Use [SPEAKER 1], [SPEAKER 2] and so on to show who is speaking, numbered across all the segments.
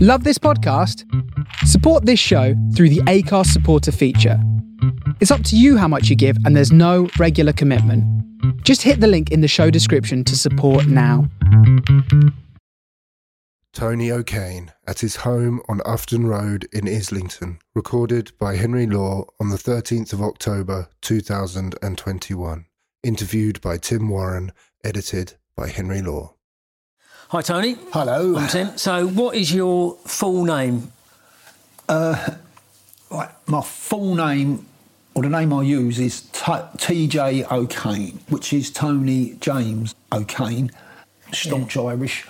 [SPEAKER 1] Love this podcast? Support this show through the ACARS supporter feature. It's up to you how much you give, and there's no regular commitment. Just hit the link in the show description to support now.
[SPEAKER 2] Tony O'Kane at his home on Ufton Road in Islington, recorded by Henry Law on the 13th of October 2021. Interviewed by Tim Warren, edited by Henry Law.
[SPEAKER 3] Hi, Tony.
[SPEAKER 4] Hello.
[SPEAKER 3] I'm Tim. So, what is your full name?
[SPEAKER 4] Right, my full name, or the name I use, is T- TJ O'Kane, which is Tony James O'Kane, staunch Irish,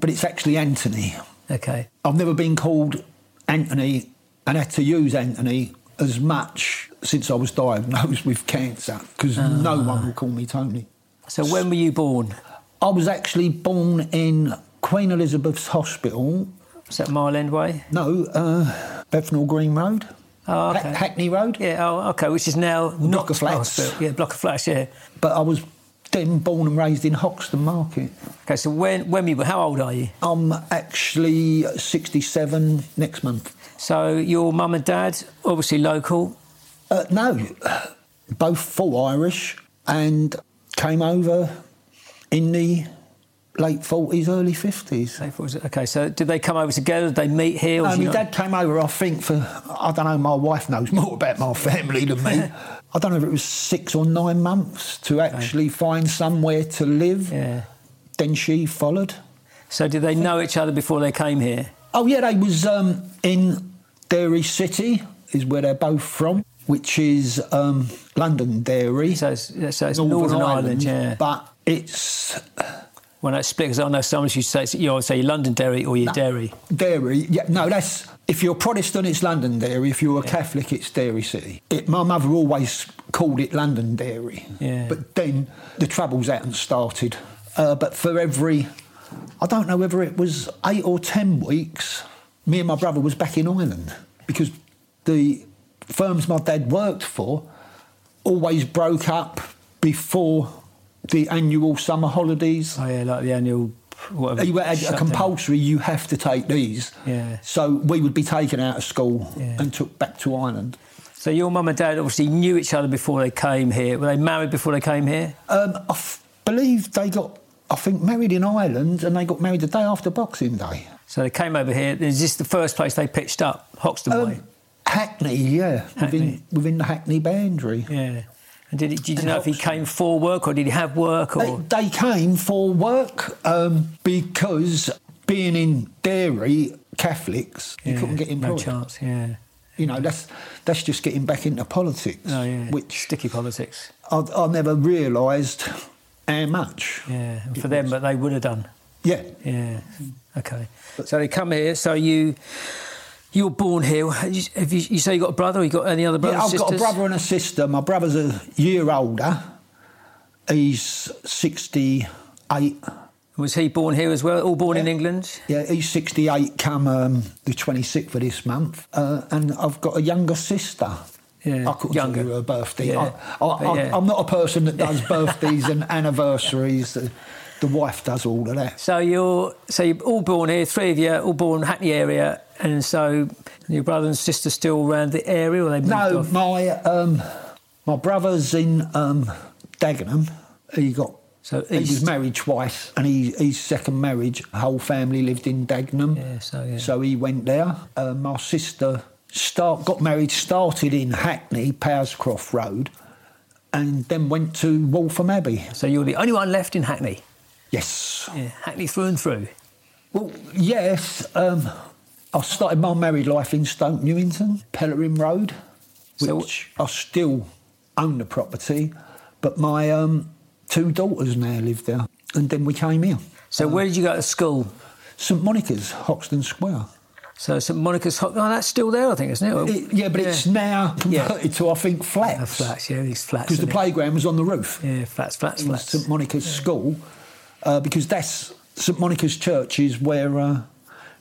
[SPEAKER 4] but it's actually Anthony.
[SPEAKER 3] Okay.
[SPEAKER 4] I've never been called Anthony and had to use Anthony as much since I was diagnosed with cancer because no one will call me Tony.
[SPEAKER 3] So, when were you born?
[SPEAKER 4] I was actually born in Queen Elizabeth's Hospital,
[SPEAKER 3] Is that Mile End Way?
[SPEAKER 4] no, uh, Bethnal Green Road,
[SPEAKER 3] Oh,
[SPEAKER 4] Ha-
[SPEAKER 3] okay.
[SPEAKER 4] Hackney Road.
[SPEAKER 3] Yeah. Oh, okay. Which is now
[SPEAKER 4] Block
[SPEAKER 3] not
[SPEAKER 4] of flats.
[SPEAKER 3] Hospital. Yeah, block of flats. Yeah.
[SPEAKER 4] But I was then born and raised in Hoxton Market.
[SPEAKER 3] Okay. So, when when were you? How old are you?
[SPEAKER 4] I'm actually 67 next month.
[SPEAKER 3] So, your mum and dad obviously local.
[SPEAKER 4] Uh, no, both full Irish and came over in the late 40s, early 50s.
[SPEAKER 3] They thought it was- Okay. So, did they come over together? Did they meet here? or
[SPEAKER 4] No,
[SPEAKER 3] do you
[SPEAKER 4] Uh, my
[SPEAKER 3] know-
[SPEAKER 4] dad came over, I think, for, I don't know, my wife knows more about my family than me. I don't know if it was six or nine months to actually find somewhere to live.
[SPEAKER 3] Yeah.
[SPEAKER 4] Then she followed.
[SPEAKER 3] So, did they know each other before they came here?
[SPEAKER 4] Oh yeah, they was um, in Derry City, is where they're both from, which is um, London Derry,
[SPEAKER 3] So, it's, yeah, so it's Northern, Ireland. Yeah.
[SPEAKER 4] But it's
[SPEAKER 3] When I split, because I know someone who says you always say you're London Derry or you're Derry.
[SPEAKER 4] Derry. Yeah, no, that's if you're Protestant, it's London Derry. If you're a Catholic, it's Derry City. It, my mother always called it London Derry.
[SPEAKER 3] Yeah.
[SPEAKER 4] But then the troubles hadn't started. Uh, but for every, I don't know whether it was eight or ten weeks, me and my brother was back in Ireland because the firms my dad worked for always broke up before the annual summer holidays
[SPEAKER 3] Oh yeah, like the annual whatever.
[SPEAKER 4] you had a
[SPEAKER 3] shutdown.
[SPEAKER 4] compulsory you have to take these
[SPEAKER 3] Yeah.
[SPEAKER 4] so we would be taken out of school
[SPEAKER 3] Yeah.
[SPEAKER 4] and took back to ireland
[SPEAKER 3] So your mum and dad obviously knew each other before they came here. Were they married before they came here?
[SPEAKER 4] um, i f- believe they got i think married in ireland and they got married the day after boxing day
[SPEAKER 3] So they came over here. Is this the first place they pitched up? Hoxton
[SPEAKER 4] Um,
[SPEAKER 3] Way.
[SPEAKER 4] hackney yeah
[SPEAKER 3] Hackney.
[SPEAKER 4] Within, within the hackney boundary
[SPEAKER 3] Yeah. And did, he, did you
[SPEAKER 4] and
[SPEAKER 3] know if he
[SPEAKER 4] Hoxton.
[SPEAKER 3] came for work or did he have work
[SPEAKER 4] They,
[SPEAKER 3] or?
[SPEAKER 4] they came for work um, because being in dairy catholics you
[SPEAKER 3] Yeah,
[SPEAKER 4] couldn't get
[SPEAKER 3] no
[SPEAKER 4] employed
[SPEAKER 3] chance. Yeah.
[SPEAKER 4] you know that's that's just getting back into politics
[SPEAKER 3] Oh yeah.
[SPEAKER 4] which
[SPEAKER 3] sticky politics.
[SPEAKER 4] I, I never realised how much.
[SPEAKER 3] Yeah. And
[SPEAKER 4] It
[SPEAKER 3] for them,
[SPEAKER 4] was-
[SPEAKER 3] but they would have done.
[SPEAKER 4] yeah.
[SPEAKER 3] Yeah. Okay. So they come here. So you. You were born here. You, have you, you say you got a brother? Or you got any other brothers?
[SPEAKER 4] Yeah, I've got a
[SPEAKER 3] sisters?
[SPEAKER 4] brother and a sister. My brother's a year older. He's 68.
[SPEAKER 3] Was he born here as well? All born in England?
[SPEAKER 4] Yeah, he's 68 come um, the 26th of this month. Uh, and I've got a younger sister.
[SPEAKER 3] Yeah,
[SPEAKER 4] I couldn't
[SPEAKER 3] younger.
[SPEAKER 4] tell you her birthday.
[SPEAKER 3] Yeah,
[SPEAKER 4] I, I,
[SPEAKER 3] but
[SPEAKER 4] I,
[SPEAKER 3] yeah.
[SPEAKER 4] I'm not a person that does birthdays and anniversaries. The, the wife does all of that.
[SPEAKER 3] So you're so you're all born here, three of you, all born Hackney area, and so your brother and sister still around the area, or they moved
[SPEAKER 4] No,
[SPEAKER 3] off?
[SPEAKER 4] my um, my brother's in um, Dagenham. He got
[SPEAKER 3] So
[SPEAKER 4] he
[SPEAKER 3] east.
[SPEAKER 4] was married twice, and he, his second marriage, whole family lived in Dagenham.
[SPEAKER 3] Yeah, so, yeah.
[SPEAKER 4] so he went there. Uh, my sister start got married, started in Hackney, Powerscroft Road, and then went to Waltham Abbey.
[SPEAKER 3] So you're the only one left in Hackney.
[SPEAKER 4] Yes.
[SPEAKER 3] Yeah, Hackney through and through.
[SPEAKER 4] Well, yes. Um, I started my married life in Stoke Newington, Pellerin Road,
[SPEAKER 3] So-
[SPEAKER 4] which I still own the property, but my um, two daughters now live there. And then we came here.
[SPEAKER 3] So where did you go to school?
[SPEAKER 4] St Monica's, Hoxton Square.
[SPEAKER 3] So St Monica's. Ho- Oh, that's still there, I think, isn't it?
[SPEAKER 4] It- yeah, but it's now
[SPEAKER 3] Yeah.
[SPEAKER 4] converted to, I think,
[SPEAKER 3] Uh,
[SPEAKER 4] flats.
[SPEAKER 3] flats. Yeah, these flats.
[SPEAKER 4] Because the
[SPEAKER 3] isn't it?
[SPEAKER 4] playground was on the roof.
[SPEAKER 3] Yeah, flats, flats,
[SPEAKER 4] in
[SPEAKER 3] flats.
[SPEAKER 4] St Monica's School, uh, because that's St Monica's Church is where uh,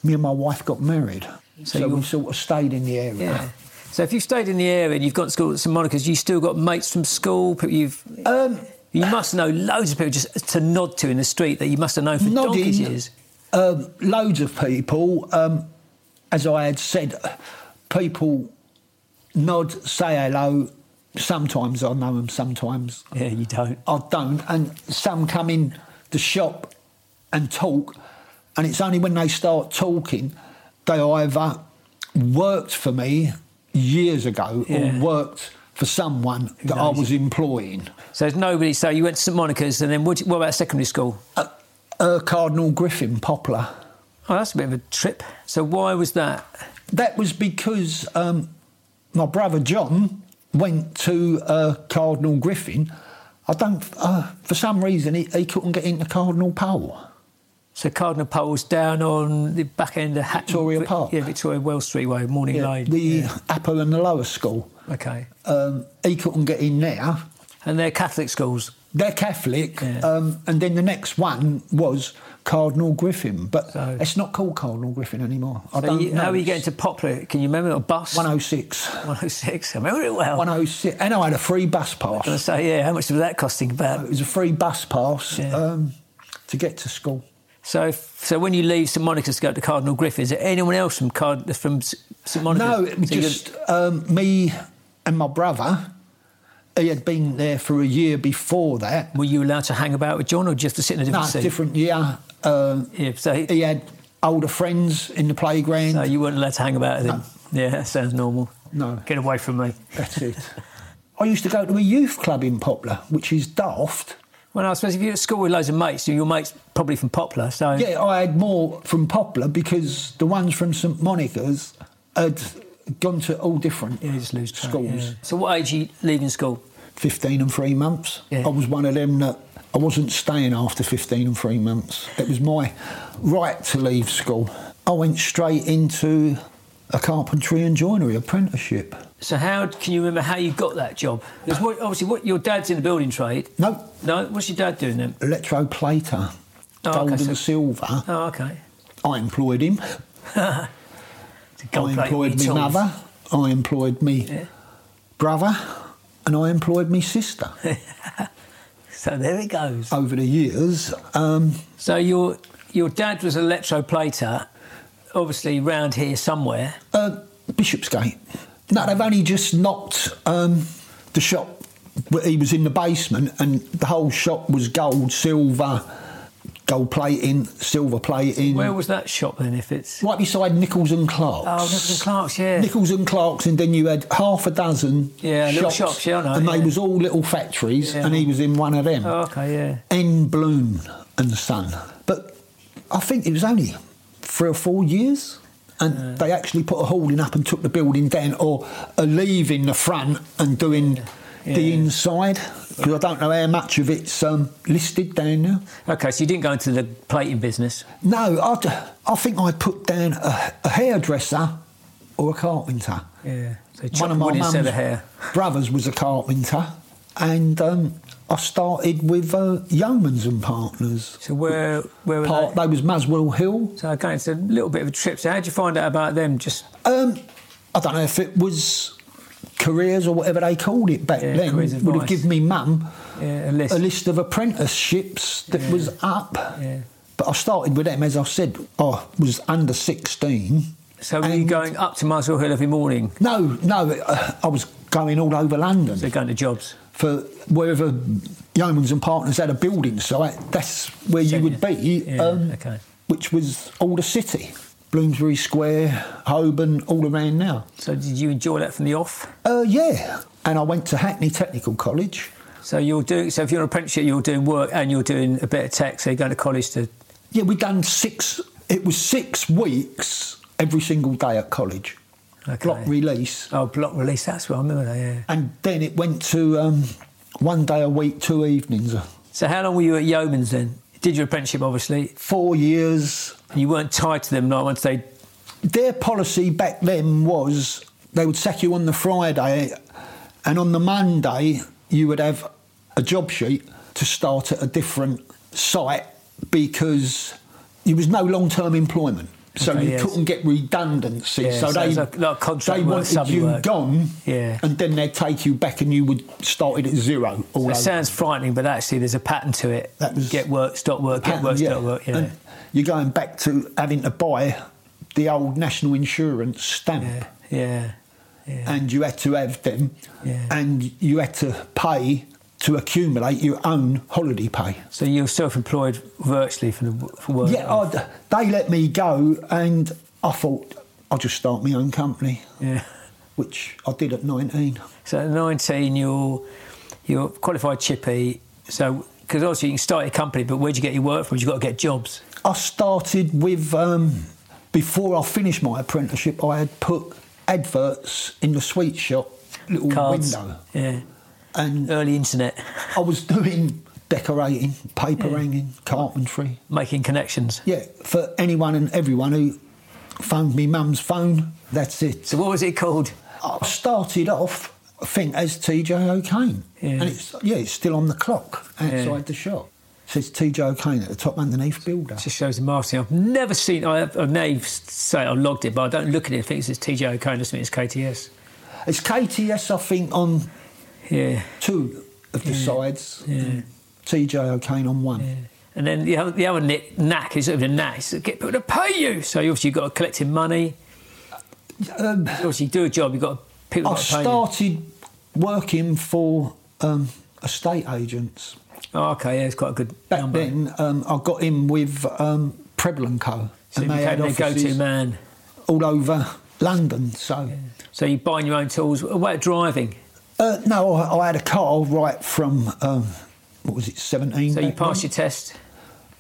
[SPEAKER 4] me and my wife got married. So,
[SPEAKER 3] you're-
[SPEAKER 4] we sort of stayed in the area.
[SPEAKER 3] Yeah. So if you've stayed in the area and you've gone to school at St Monica's, you still got mates from school. People you've
[SPEAKER 4] Um,
[SPEAKER 3] you must know loads of people just to nod to in the street that you must have known for donkey's
[SPEAKER 4] nodding,
[SPEAKER 3] years.
[SPEAKER 4] um, loads of people. Um, as I had said, people nod, say hello. Sometimes I know them, sometimes
[SPEAKER 3] Yeah, you don't.
[SPEAKER 4] I don't. And some come in the shop and talk, and it's only when they start talking they either worked for me years ago
[SPEAKER 3] Yeah.
[SPEAKER 4] or worked for someone that I was employing.
[SPEAKER 3] So there's nobody. So you went to St Monica's, and then what, what about secondary school?
[SPEAKER 4] Uh, Cardinal Griffin Poplar.
[SPEAKER 3] Oh, that's a bit of a trip. So why was that?
[SPEAKER 4] That was because um, my brother John went to uh, Cardinal Griffin. I don't, uh, for some reason, he, he couldn't get into Cardinal Pole.
[SPEAKER 3] So Cardinal Pole's down on the back end of Hatton,
[SPEAKER 4] Victoria
[SPEAKER 3] Vi-
[SPEAKER 4] Park.
[SPEAKER 3] Yeah, Victoria Wells Street Way, Morning Lane.
[SPEAKER 4] The upper and the lower school.
[SPEAKER 3] okay.
[SPEAKER 4] Um, he couldn't get in there.
[SPEAKER 3] And they're Catholic schools.
[SPEAKER 4] They're Catholic. Um, and then the next one was Cardinal Griffin, but
[SPEAKER 3] So-
[SPEAKER 4] it's not called Cardinal Griffin anymore. I
[SPEAKER 3] So
[SPEAKER 4] don't
[SPEAKER 3] you,
[SPEAKER 4] know. oh-
[SPEAKER 3] how are you Oh. getting to Poplar? Can you remember a bus?
[SPEAKER 4] 106.
[SPEAKER 3] 106. I remember it well.
[SPEAKER 4] 106. And I had a free bus pass.
[SPEAKER 3] And I say, yeah, how much was that costing?
[SPEAKER 4] It
[SPEAKER 3] About
[SPEAKER 4] was a free bus pass
[SPEAKER 3] Yeah.
[SPEAKER 4] um, to get to school.
[SPEAKER 3] so. if- So when you leave St Monica's to go to Cardinal Griffin, is there anyone else from Card- from S- St Monica's?
[SPEAKER 4] No,
[SPEAKER 3] So
[SPEAKER 4] it
[SPEAKER 3] you
[SPEAKER 4] was just um, me and my brother. He had been there for a year before that.
[SPEAKER 3] were you allowed to hang about with John, or just to sit in a
[SPEAKER 4] No,
[SPEAKER 3] different seat?
[SPEAKER 4] different year. Uh,
[SPEAKER 3] Yeah, so he-
[SPEAKER 4] he had older friends in the playground.
[SPEAKER 3] No, you weren't allowed to hang about with him. Yeah, that sounds normal.
[SPEAKER 4] No.
[SPEAKER 3] Get away from me.
[SPEAKER 4] That's it. I used to go to a youth club in Poplar, which is daft.
[SPEAKER 3] Well, I suppose if you're at school with loads of mates, your mates probably from Poplar, so
[SPEAKER 4] Yeah, I had more from Poplar because the ones from St Monica's had gone to all different
[SPEAKER 3] you just lose track,
[SPEAKER 4] schools.
[SPEAKER 3] yeah. So what age are you leaving school?
[SPEAKER 4] 15 and three months.
[SPEAKER 3] Yeah.
[SPEAKER 4] I was one of them that I wasn't staying after 15 and three months. It was my right to leave school. I went straight into a carpentry and joinery apprenticeship.
[SPEAKER 3] So how can you remember how you got that job? Because what, obviously, what your dad's in the building trade.
[SPEAKER 4] No,
[SPEAKER 3] No, what's your dad doing then?
[SPEAKER 4] electroplater,
[SPEAKER 3] Oh,
[SPEAKER 4] gold
[SPEAKER 3] okay, so-
[SPEAKER 4] and silver.
[SPEAKER 3] Oh, okay.
[SPEAKER 4] I employed him.
[SPEAKER 3] It's a
[SPEAKER 4] I
[SPEAKER 3] gold plate,
[SPEAKER 4] employed
[SPEAKER 3] tools.
[SPEAKER 4] my mother. I employed me
[SPEAKER 3] Yeah.
[SPEAKER 4] brother, and I employed me sister.
[SPEAKER 3] So there it goes.
[SPEAKER 4] Over the years, um,
[SPEAKER 3] So your your dad was an electroplater, obviously round here somewhere.
[SPEAKER 4] uh, Bishopsgate. No, they've only just knocked um, the shop. where He was in the basement, and the whole shop was gold, silver, gold plating, silver plating.
[SPEAKER 3] Where was that shop then? If it's
[SPEAKER 4] right beside Nichols and Clark's.
[SPEAKER 3] oh, Nicholas and Clark's, yeah.
[SPEAKER 4] Nichols and Clark's, and then you had half a dozen
[SPEAKER 3] Yeah,
[SPEAKER 4] shops,
[SPEAKER 3] little shops, yeah, I know,
[SPEAKER 4] and they
[SPEAKER 3] yeah.
[SPEAKER 4] was all little factories,
[SPEAKER 3] Yeah.
[SPEAKER 4] and he was in one of them.
[SPEAKER 3] Oh, okay, yeah.
[SPEAKER 4] N. Bloom and Son. But I think it was only three or four years. And they actually put a holding up and took the building down, or a leave in the front and doing the
[SPEAKER 3] Yeah.
[SPEAKER 4] inside. Because I don't know how much of it's um, listed down there.
[SPEAKER 3] Okay, so you didn't go into the plating business.
[SPEAKER 4] No, I, d- I think I put down a, a hairdresser or a carpenter.
[SPEAKER 3] Yeah. So chop wood instead of
[SPEAKER 4] mum's
[SPEAKER 3] hair.
[SPEAKER 4] brothers was a carpenter, and um, I started with uh, Yeomans and Partners.
[SPEAKER 3] So where where were
[SPEAKER 4] Part,
[SPEAKER 3] they?
[SPEAKER 4] they was Maswell Hill.
[SPEAKER 3] So okay, it's a little bit of a trip. So how did you find out about them? Just
[SPEAKER 4] Um, I don't know if it was careers or whatever they called it back
[SPEAKER 3] Yeah,
[SPEAKER 4] then.
[SPEAKER 3] careers
[SPEAKER 4] Would have
[SPEAKER 3] advice.
[SPEAKER 4] given me mum
[SPEAKER 3] yeah, a list.
[SPEAKER 4] a list of apprenticeships that
[SPEAKER 3] Yeah.
[SPEAKER 4] was up.
[SPEAKER 3] Yeah.
[SPEAKER 4] But I started with them, as I said, I was under 16.
[SPEAKER 3] So were you
[SPEAKER 4] and-
[SPEAKER 3] going up to Muswell Hill every morning?
[SPEAKER 4] No, no, uh, I was going all over London.
[SPEAKER 3] So going to jobs.
[SPEAKER 4] for wherever Yeomans and Partners had a building site, that's where you would be, um,
[SPEAKER 3] Yeah, okay.
[SPEAKER 4] which was all the city, Bloomsbury Square, Holborn, all around now.
[SPEAKER 3] So did you enjoy that from the off?
[SPEAKER 4] Uh, yeah, and I went to Hackney Technical College.
[SPEAKER 3] So you're doing. So if you're an apprenticeship, you're doing work and you're doing a bit of tech. So you're going to college to.
[SPEAKER 4] Yeah, we done six. It was six weeks every single day at college,
[SPEAKER 3] Okay.
[SPEAKER 4] block release,
[SPEAKER 3] Oh, block release. That's what I remember. That, yeah.
[SPEAKER 4] and then it went to um, one day a week, two evenings,
[SPEAKER 3] So how long were you at Yeomans then? Did your apprenticeship, obviously.
[SPEAKER 4] four years.
[SPEAKER 3] You weren't tied to them like once they.
[SPEAKER 4] their policy back then was they would sack you on the Friday, and on the Monday you would have a job sheet to start at a different site because there was no long-term employment, so
[SPEAKER 3] Okay,
[SPEAKER 4] you
[SPEAKER 3] yes.
[SPEAKER 4] couldn't get redundancy.
[SPEAKER 3] Yeah,
[SPEAKER 4] so,
[SPEAKER 3] so
[SPEAKER 4] they
[SPEAKER 3] it's like- like contract
[SPEAKER 4] they
[SPEAKER 3] work,
[SPEAKER 4] wanted
[SPEAKER 3] subby
[SPEAKER 4] you
[SPEAKER 3] work.
[SPEAKER 4] gone,
[SPEAKER 3] Yeah.
[SPEAKER 4] and then they'd take you back, and you would start it at zero. All over.
[SPEAKER 3] It sounds frightening, but actually there's a pattern to it.
[SPEAKER 4] That was-
[SPEAKER 3] get work, stop work, get
[SPEAKER 4] Pattern,
[SPEAKER 3] work,
[SPEAKER 4] yeah.
[SPEAKER 3] stop work. Yeah.
[SPEAKER 4] And you're going back to having to buy the old national insurance stamp.
[SPEAKER 3] yeah, yeah, yeah.
[SPEAKER 4] and you had to have them,
[SPEAKER 3] Yeah.
[SPEAKER 4] and you had to pay to accumulate your own holiday pay.
[SPEAKER 3] So you're self-employed virtually for the for work.
[SPEAKER 4] Yeah, oh. I'd, they let me go, and I thought I'll just start my own company,
[SPEAKER 3] yeah.
[SPEAKER 4] which I did at 19.
[SPEAKER 3] So at 19, you're you're qualified chippy. So because obviously you can start your company, but where do you get your work from? You've got to get jobs.
[SPEAKER 4] I started with um, before I finished my apprenticeship, I had put adverts in the sweet shop little
[SPEAKER 3] Cards.
[SPEAKER 4] window,
[SPEAKER 3] Yeah.
[SPEAKER 4] and
[SPEAKER 3] Early internet,
[SPEAKER 4] I was doing decorating, paper hanging, carpentry.
[SPEAKER 3] making connections.
[SPEAKER 4] Yeah, for anyone and everyone who phoned me mum's phone, that's it.
[SPEAKER 3] So what was it called?
[SPEAKER 4] I started off, I think, as TJ O'Kane.
[SPEAKER 3] Yeah.
[SPEAKER 4] And it's, yeah, it's still on the clock outside
[SPEAKER 3] Yeah.
[SPEAKER 4] the shop. It says TJ O'Kane at the top underneath builder.
[SPEAKER 3] Just shows the marketing. I've never seen. I, have, I may say I logged it, but I don't look at it. and think it's TJ O'Connor. It's KTS.
[SPEAKER 4] It's KTS, I think, on
[SPEAKER 3] Yeah.
[SPEAKER 4] two of the sides.
[SPEAKER 3] Yeah.
[SPEAKER 4] TJ O'Kane on one.
[SPEAKER 3] And then the other, the other nick, knack is sort of a knack. It's to get people to pay you. So you obviously you've got to collect in money.
[SPEAKER 4] Um,
[SPEAKER 3] Obviously you do a job. You've got to, people.
[SPEAKER 4] I
[SPEAKER 3] got to pay you.
[SPEAKER 4] started working for um, estate agents.
[SPEAKER 3] Oh, okay, yeah, it's quite a good
[SPEAKER 4] Back
[SPEAKER 3] number.
[SPEAKER 4] then, um, I got in with um, Preble and Co.
[SPEAKER 3] so you
[SPEAKER 4] and they
[SPEAKER 3] became
[SPEAKER 4] had
[SPEAKER 3] their
[SPEAKER 4] offices
[SPEAKER 3] go-to man.
[SPEAKER 4] all over London. So,
[SPEAKER 3] So you buying your own tools. What about driving?
[SPEAKER 4] uh, no, I, I had a car right from um, what was it, seventeen?
[SPEAKER 3] So you
[SPEAKER 4] back
[SPEAKER 3] passed
[SPEAKER 4] then?
[SPEAKER 3] your test.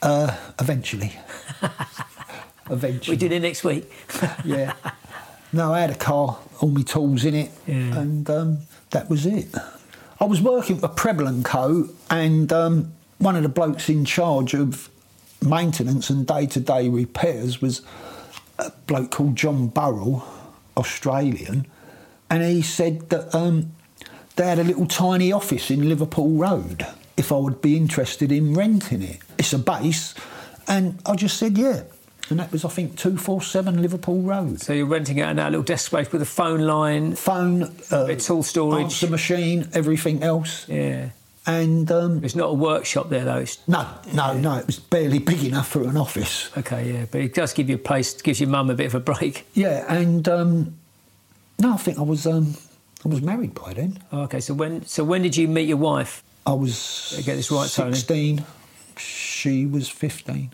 [SPEAKER 4] uh, eventually. eventually,
[SPEAKER 3] We did it next week.
[SPEAKER 4] yeah. No, I had a car, all my tools in it,
[SPEAKER 3] Yeah.
[SPEAKER 4] and um, that was it. I was working for Preble and Co, and um, one of the blokes in charge of maintenance and day-to-day repairs was a bloke called John Burrell, Australian, and he said that um, they had a little tiny office in Liverpool Road. If I would be interested in renting it, it's a base, and I just said yeah, and that was I think two four seven Liverpool Road.
[SPEAKER 3] So you're renting out now a little desk space with a phone line.
[SPEAKER 4] Phone, uh,
[SPEAKER 3] It's all storage.
[SPEAKER 4] answer machine, everything else,
[SPEAKER 3] Yeah.
[SPEAKER 4] and um,
[SPEAKER 3] It's not a workshop there though. It's,
[SPEAKER 4] no, no, no, it was barely big enough for an office.
[SPEAKER 3] okay, yeah, but it does give you a place. Gives your mum a bit of a break.
[SPEAKER 4] Yeah, and um, no, I think I was um, I was married by then.
[SPEAKER 3] Okay, so when so when did you meet your wife?
[SPEAKER 4] I was
[SPEAKER 3] Better get this right, Tony.
[SPEAKER 4] 16. She was 15.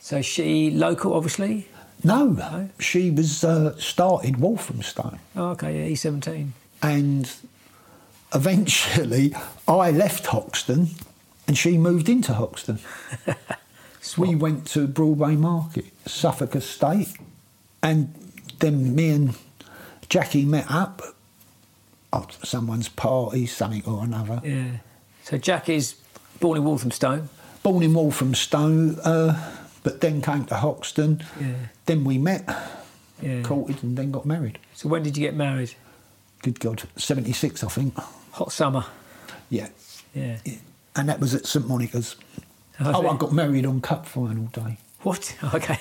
[SPEAKER 3] So she local, obviously.
[SPEAKER 4] No, she was uh, started Walthamstow.
[SPEAKER 3] Oh, okay, yeah, he's 17.
[SPEAKER 4] And eventually I left Hoxton and she moved into Hoxton. we went to Broadway Market, Suffolk Estate. And then me and Jackie met up at someone's party, something or another.
[SPEAKER 3] Yeah. So Jack is born in Walthamstow.
[SPEAKER 4] born in Walthamstow, uh, but then came to Hoxton.
[SPEAKER 3] Yeah.
[SPEAKER 4] Then we met,
[SPEAKER 3] Yeah.
[SPEAKER 4] courted, and then got married.
[SPEAKER 3] So when did you get married?
[SPEAKER 4] Good God, 76, I think.
[SPEAKER 3] Hot summer.
[SPEAKER 4] Yeah.
[SPEAKER 3] Yeah.
[SPEAKER 4] And that was at St Monica's. Oh, I got married on cup final day.
[SPEAKER 3] What? Okay.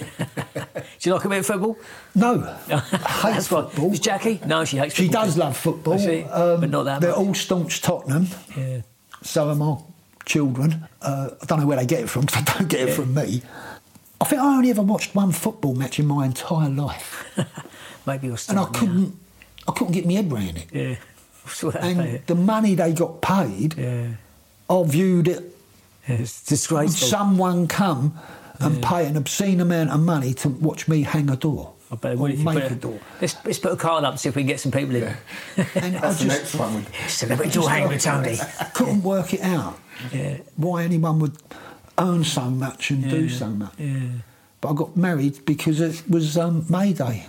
[SPEAKER 3] Do you like a bit of football?
[SPEAKER 4] No,
[SPEAKER 3] That's
[SPEAKER 4] hates
[SPEAKER 3] fine.
[SPEAKER 4] football.
[SPEAKER 3] Is Jackie? No, she hates
[SPEAKER 4] She
[SPEAKER 3] football.
[SPEAKER 4] does love football, Um,
[SPEAKER 3] Does she? But not that
[SPEAKER 4] They're
[SPEAKER 3] much.
[SPEAKER 4] all staunch Tottenham.
[SPEAKER 3] Yeah.
[SPEAKER 4] So are my children. Uh, I don't know where they get it from. 'cause They don't get it from me. I think I only ever watched one football match in my entire life,
[SPEAKER 3] Maybe you're
[SPEAKER 4] and I
[SPEAKER 3] still.
[SPEAKER 4] couldn't, I couldn't get my head round it.
[SPEAKER 3] Yeah. Sort that
[SPEAKER 4] and
[SPEAKER 3] out.
[SPEAKER 4] the money they got paid,
[SPEAKER 3] yeah.
[SPEAKER 4] I viewed it
[SPEAKER 3] yeah. It's disgraceful.
[SPEAKER 4] someone come and pay an obscene amount of money to watch me hang a door.
[SPEAKER 3] I bet it
[SPEAKER 4] or
[SPEAKER 3] would if you put
[SPEAKER 4] make a
[SPEAKER 3] a-
[SPEAKER 4] door.
[SPEAKER 3] Let's, let's put a card up and see if we can get some people in.
[SPEAKER 4] And I
[SPEAKER 2] That's the next
[SPEAKER 4] just
[SPEAKER 2] one.
[SPEAKER 3] Celebrity door hang with Tony.
[SPEAKER 4] couldn't work it out
[SPEAKER 3] Yeah.
[SPEAKER 4] why anyone would earn so much and do so much.
[SPEAKER 3] Yeah.
[SPEAKER 4] But I got married because it was um, May Day,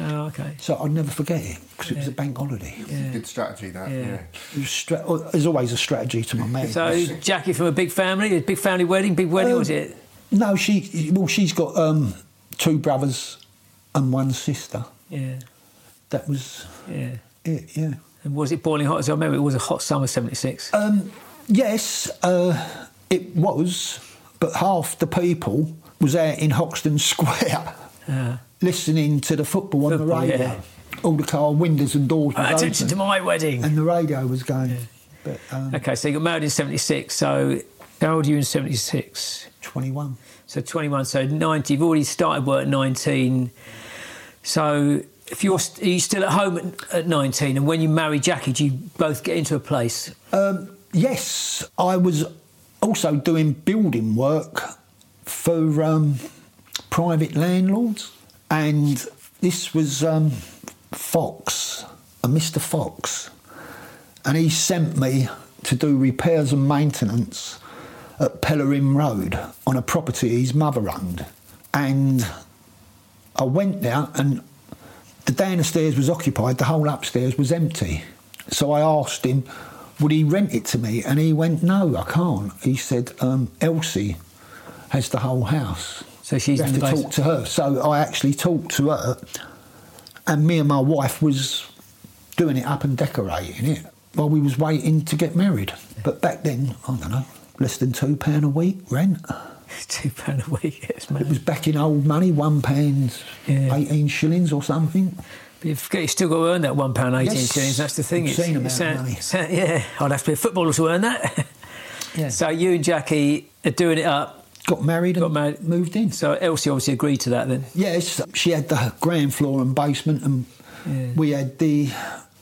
[SPEAKER 3] Oh, okay.
[SPEAKER 4] so I'd never forget it because it was a bank holiday.
[SPEAKER 2] Good strategy, that.
[SPEAKER 3] Yeah.
[SPEAKER 2] Yeah.
[SPEAKER 4] It was stra- oh, there's always a strategy to my marriage.
[SPEAKER 3] So Jackie from a big family, a big family wedding, big wedding
[SPEAKER 4] Um,
[SPEAKER 3] was it?
[SPEAKER 4] no, she well, she's got um, two brothers and one sister.
[SPEAKER 3] Yeah.
[SPEAKER 4] That was
[SPEAKER 3] Yeah.
[SPEAKER 4] it, yeah.
[SPEAKER 3] And was it boiling hot? As I remember, it was a hot summer
[SPEAKER 4] Uh,
[SPEAKER 3] '76.
[SPEAKER 4] Um, Yes, uh, it was, but half the people was out in Hoxton Square
[SPEAKER 3] Yeah.
[SPEAKER 4] listening to the football on
[SPEAKER 3] Football,
[SPEAKER 4] the radio.
[SPEAKER 3] yeah.
[SPEAKER 4] All the car windows and doors
[SPEAKER 3] Uh,
[SPEAKER 4] was
[SPEAKER 3] attention to
[SPEAKER 4] open,
[SPEAKER 3] my wedding.
[SPEAKER 4] and the radio was going. But um,
[SPEAKER 3] Okay, so you got married in 76. So how old are you in 76?
[SPEAKER 4] 21.
[SPEAKER 3] So 21. So 90. You've already started work at 19. So if you're st- are you still at home at, at 19, and when you marry Jackie, do you both get into a place?
[SPEAKER 4] Um, yes, I was also doing building work for um, private landlords, and this was um, Fox, a Mr. Fox, and he sent me to do repairs and maintenance at Pellerin Road on a property his mother owned, and I went there and the downstairs was occupied, the whole upstairs was empty. So I asked him, would he rent it to me? And he went, no, I can't. He said, um, Elsie has the whole house.
[SPEAKER 3] So she's
[SPEAKER 4] you have
[SPEAKER 3] in
[SPEAKER 4] to
[SPEAKER 3] the
[SPEAKER 4] talk
[SPEAKER 3] basement.
[SPEAKER 4] to her. So I actually talked to her, and me and my wife was doing it up and decorating it while we was waiting to get married. But back then, I don't know, less than two pound a week rent.
[SPEAKER 3] Two pound a week. Yes,
[SPEAKER 4] It was back in old money, one pound
[SPEAKER 3] Yeah.
[SPEAKER 4] eighteen shillings or something.
[SPEAKER 3] You've, got, you've still got to earn that one pound eighteen
[SPEAKER 4] Yes.
[SPEAKER 3] shillings. That's the thing.
[SPEAKER 4] Obscene amount of
[SPEAKER 3] sound-
[SPEAKER 4] money.
[SPEAKER 3] sound- uh, yeah, I'd have to be a footballer to earn that.
[SPEAKER 4] Yeah.
[SPEAKER 3] So you and Jackie are doing it up.
[SPEAKER 4] Got married and
[SPEAKER 3] Got married.
[SPEAKER 4] moved in.
[SPEAKER 3] So Elsie obviously agreed to that then.
[SPEAKER 4] Yes, she had the ground floor and basement, and
[SPEAKER 3] Yeah.
[SPEAKER 4] we had the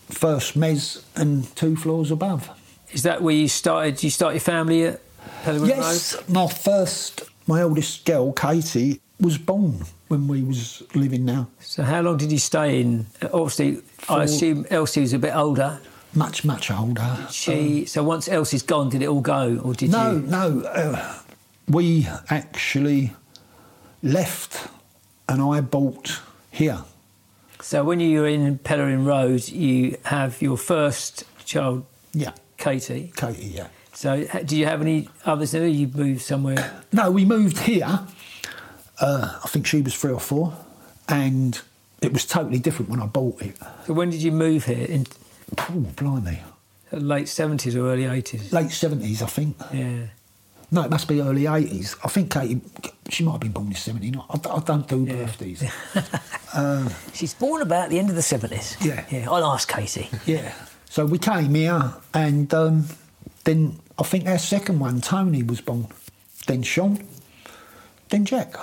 [SPEAKER 4] first mez and two floors above.
[SPEAKER 3] Is that where you started? You start your family at Pellerin
[SPEAKER 4] yes, my first, my oldest girl, Katie, was born when we was living now.
[SPEAKER 3] Road? So how long did you stay in? Obviously, I assume Elsie was a bit older.
[SPEAKER 4] Much, much older.
[SPEAKER 3] She. so once Elsie's gone, did it all go, or did
[SPEAKER 4] Um, No,
[SPEAKER 3] you?
[SPEAKER 4] no. Uh, we actually left, and I bought here.
[SPEAKER 3] So when you were in Pellerin Road, you have your first child,
[SPEAKER 4] Yeah,
[SPEAKER 3] Katie.
[SPEAKER 4] Katie. Yeah.
[SPEAKER 3] So ha- do you have any others? Now? You moved somewhere.
[SPEAKER 4] No, we moved here. Uh, I think she was three or four, and it was totally different when I bought it.
[SPEAKER 3] So when did you move here? In
[SPEAKER 4] Oh, blimey.
[SPEAKER 3] the late seventies or early eighties?
[SPEAKER 4] Late 70s, I think.
[SPEAKER 3] Yeah.
[SPEAKER 4] No, it must be early 80s. I think Katie, she might have been born in 79. I, I don't do
[SPEAKER 3] Yeah.
[SPEAKER 4] birthdays.
[SPEAKER 3] She's born about the end of the seventies.
[SPEAKER 4] Yeah.
[SPEAKER 3] Yeah. I'll ask Katie.
[SPEAKER 4] yeah. So we came here, and um, then I think our second one, Tony, was born. Then Sean, then Jack.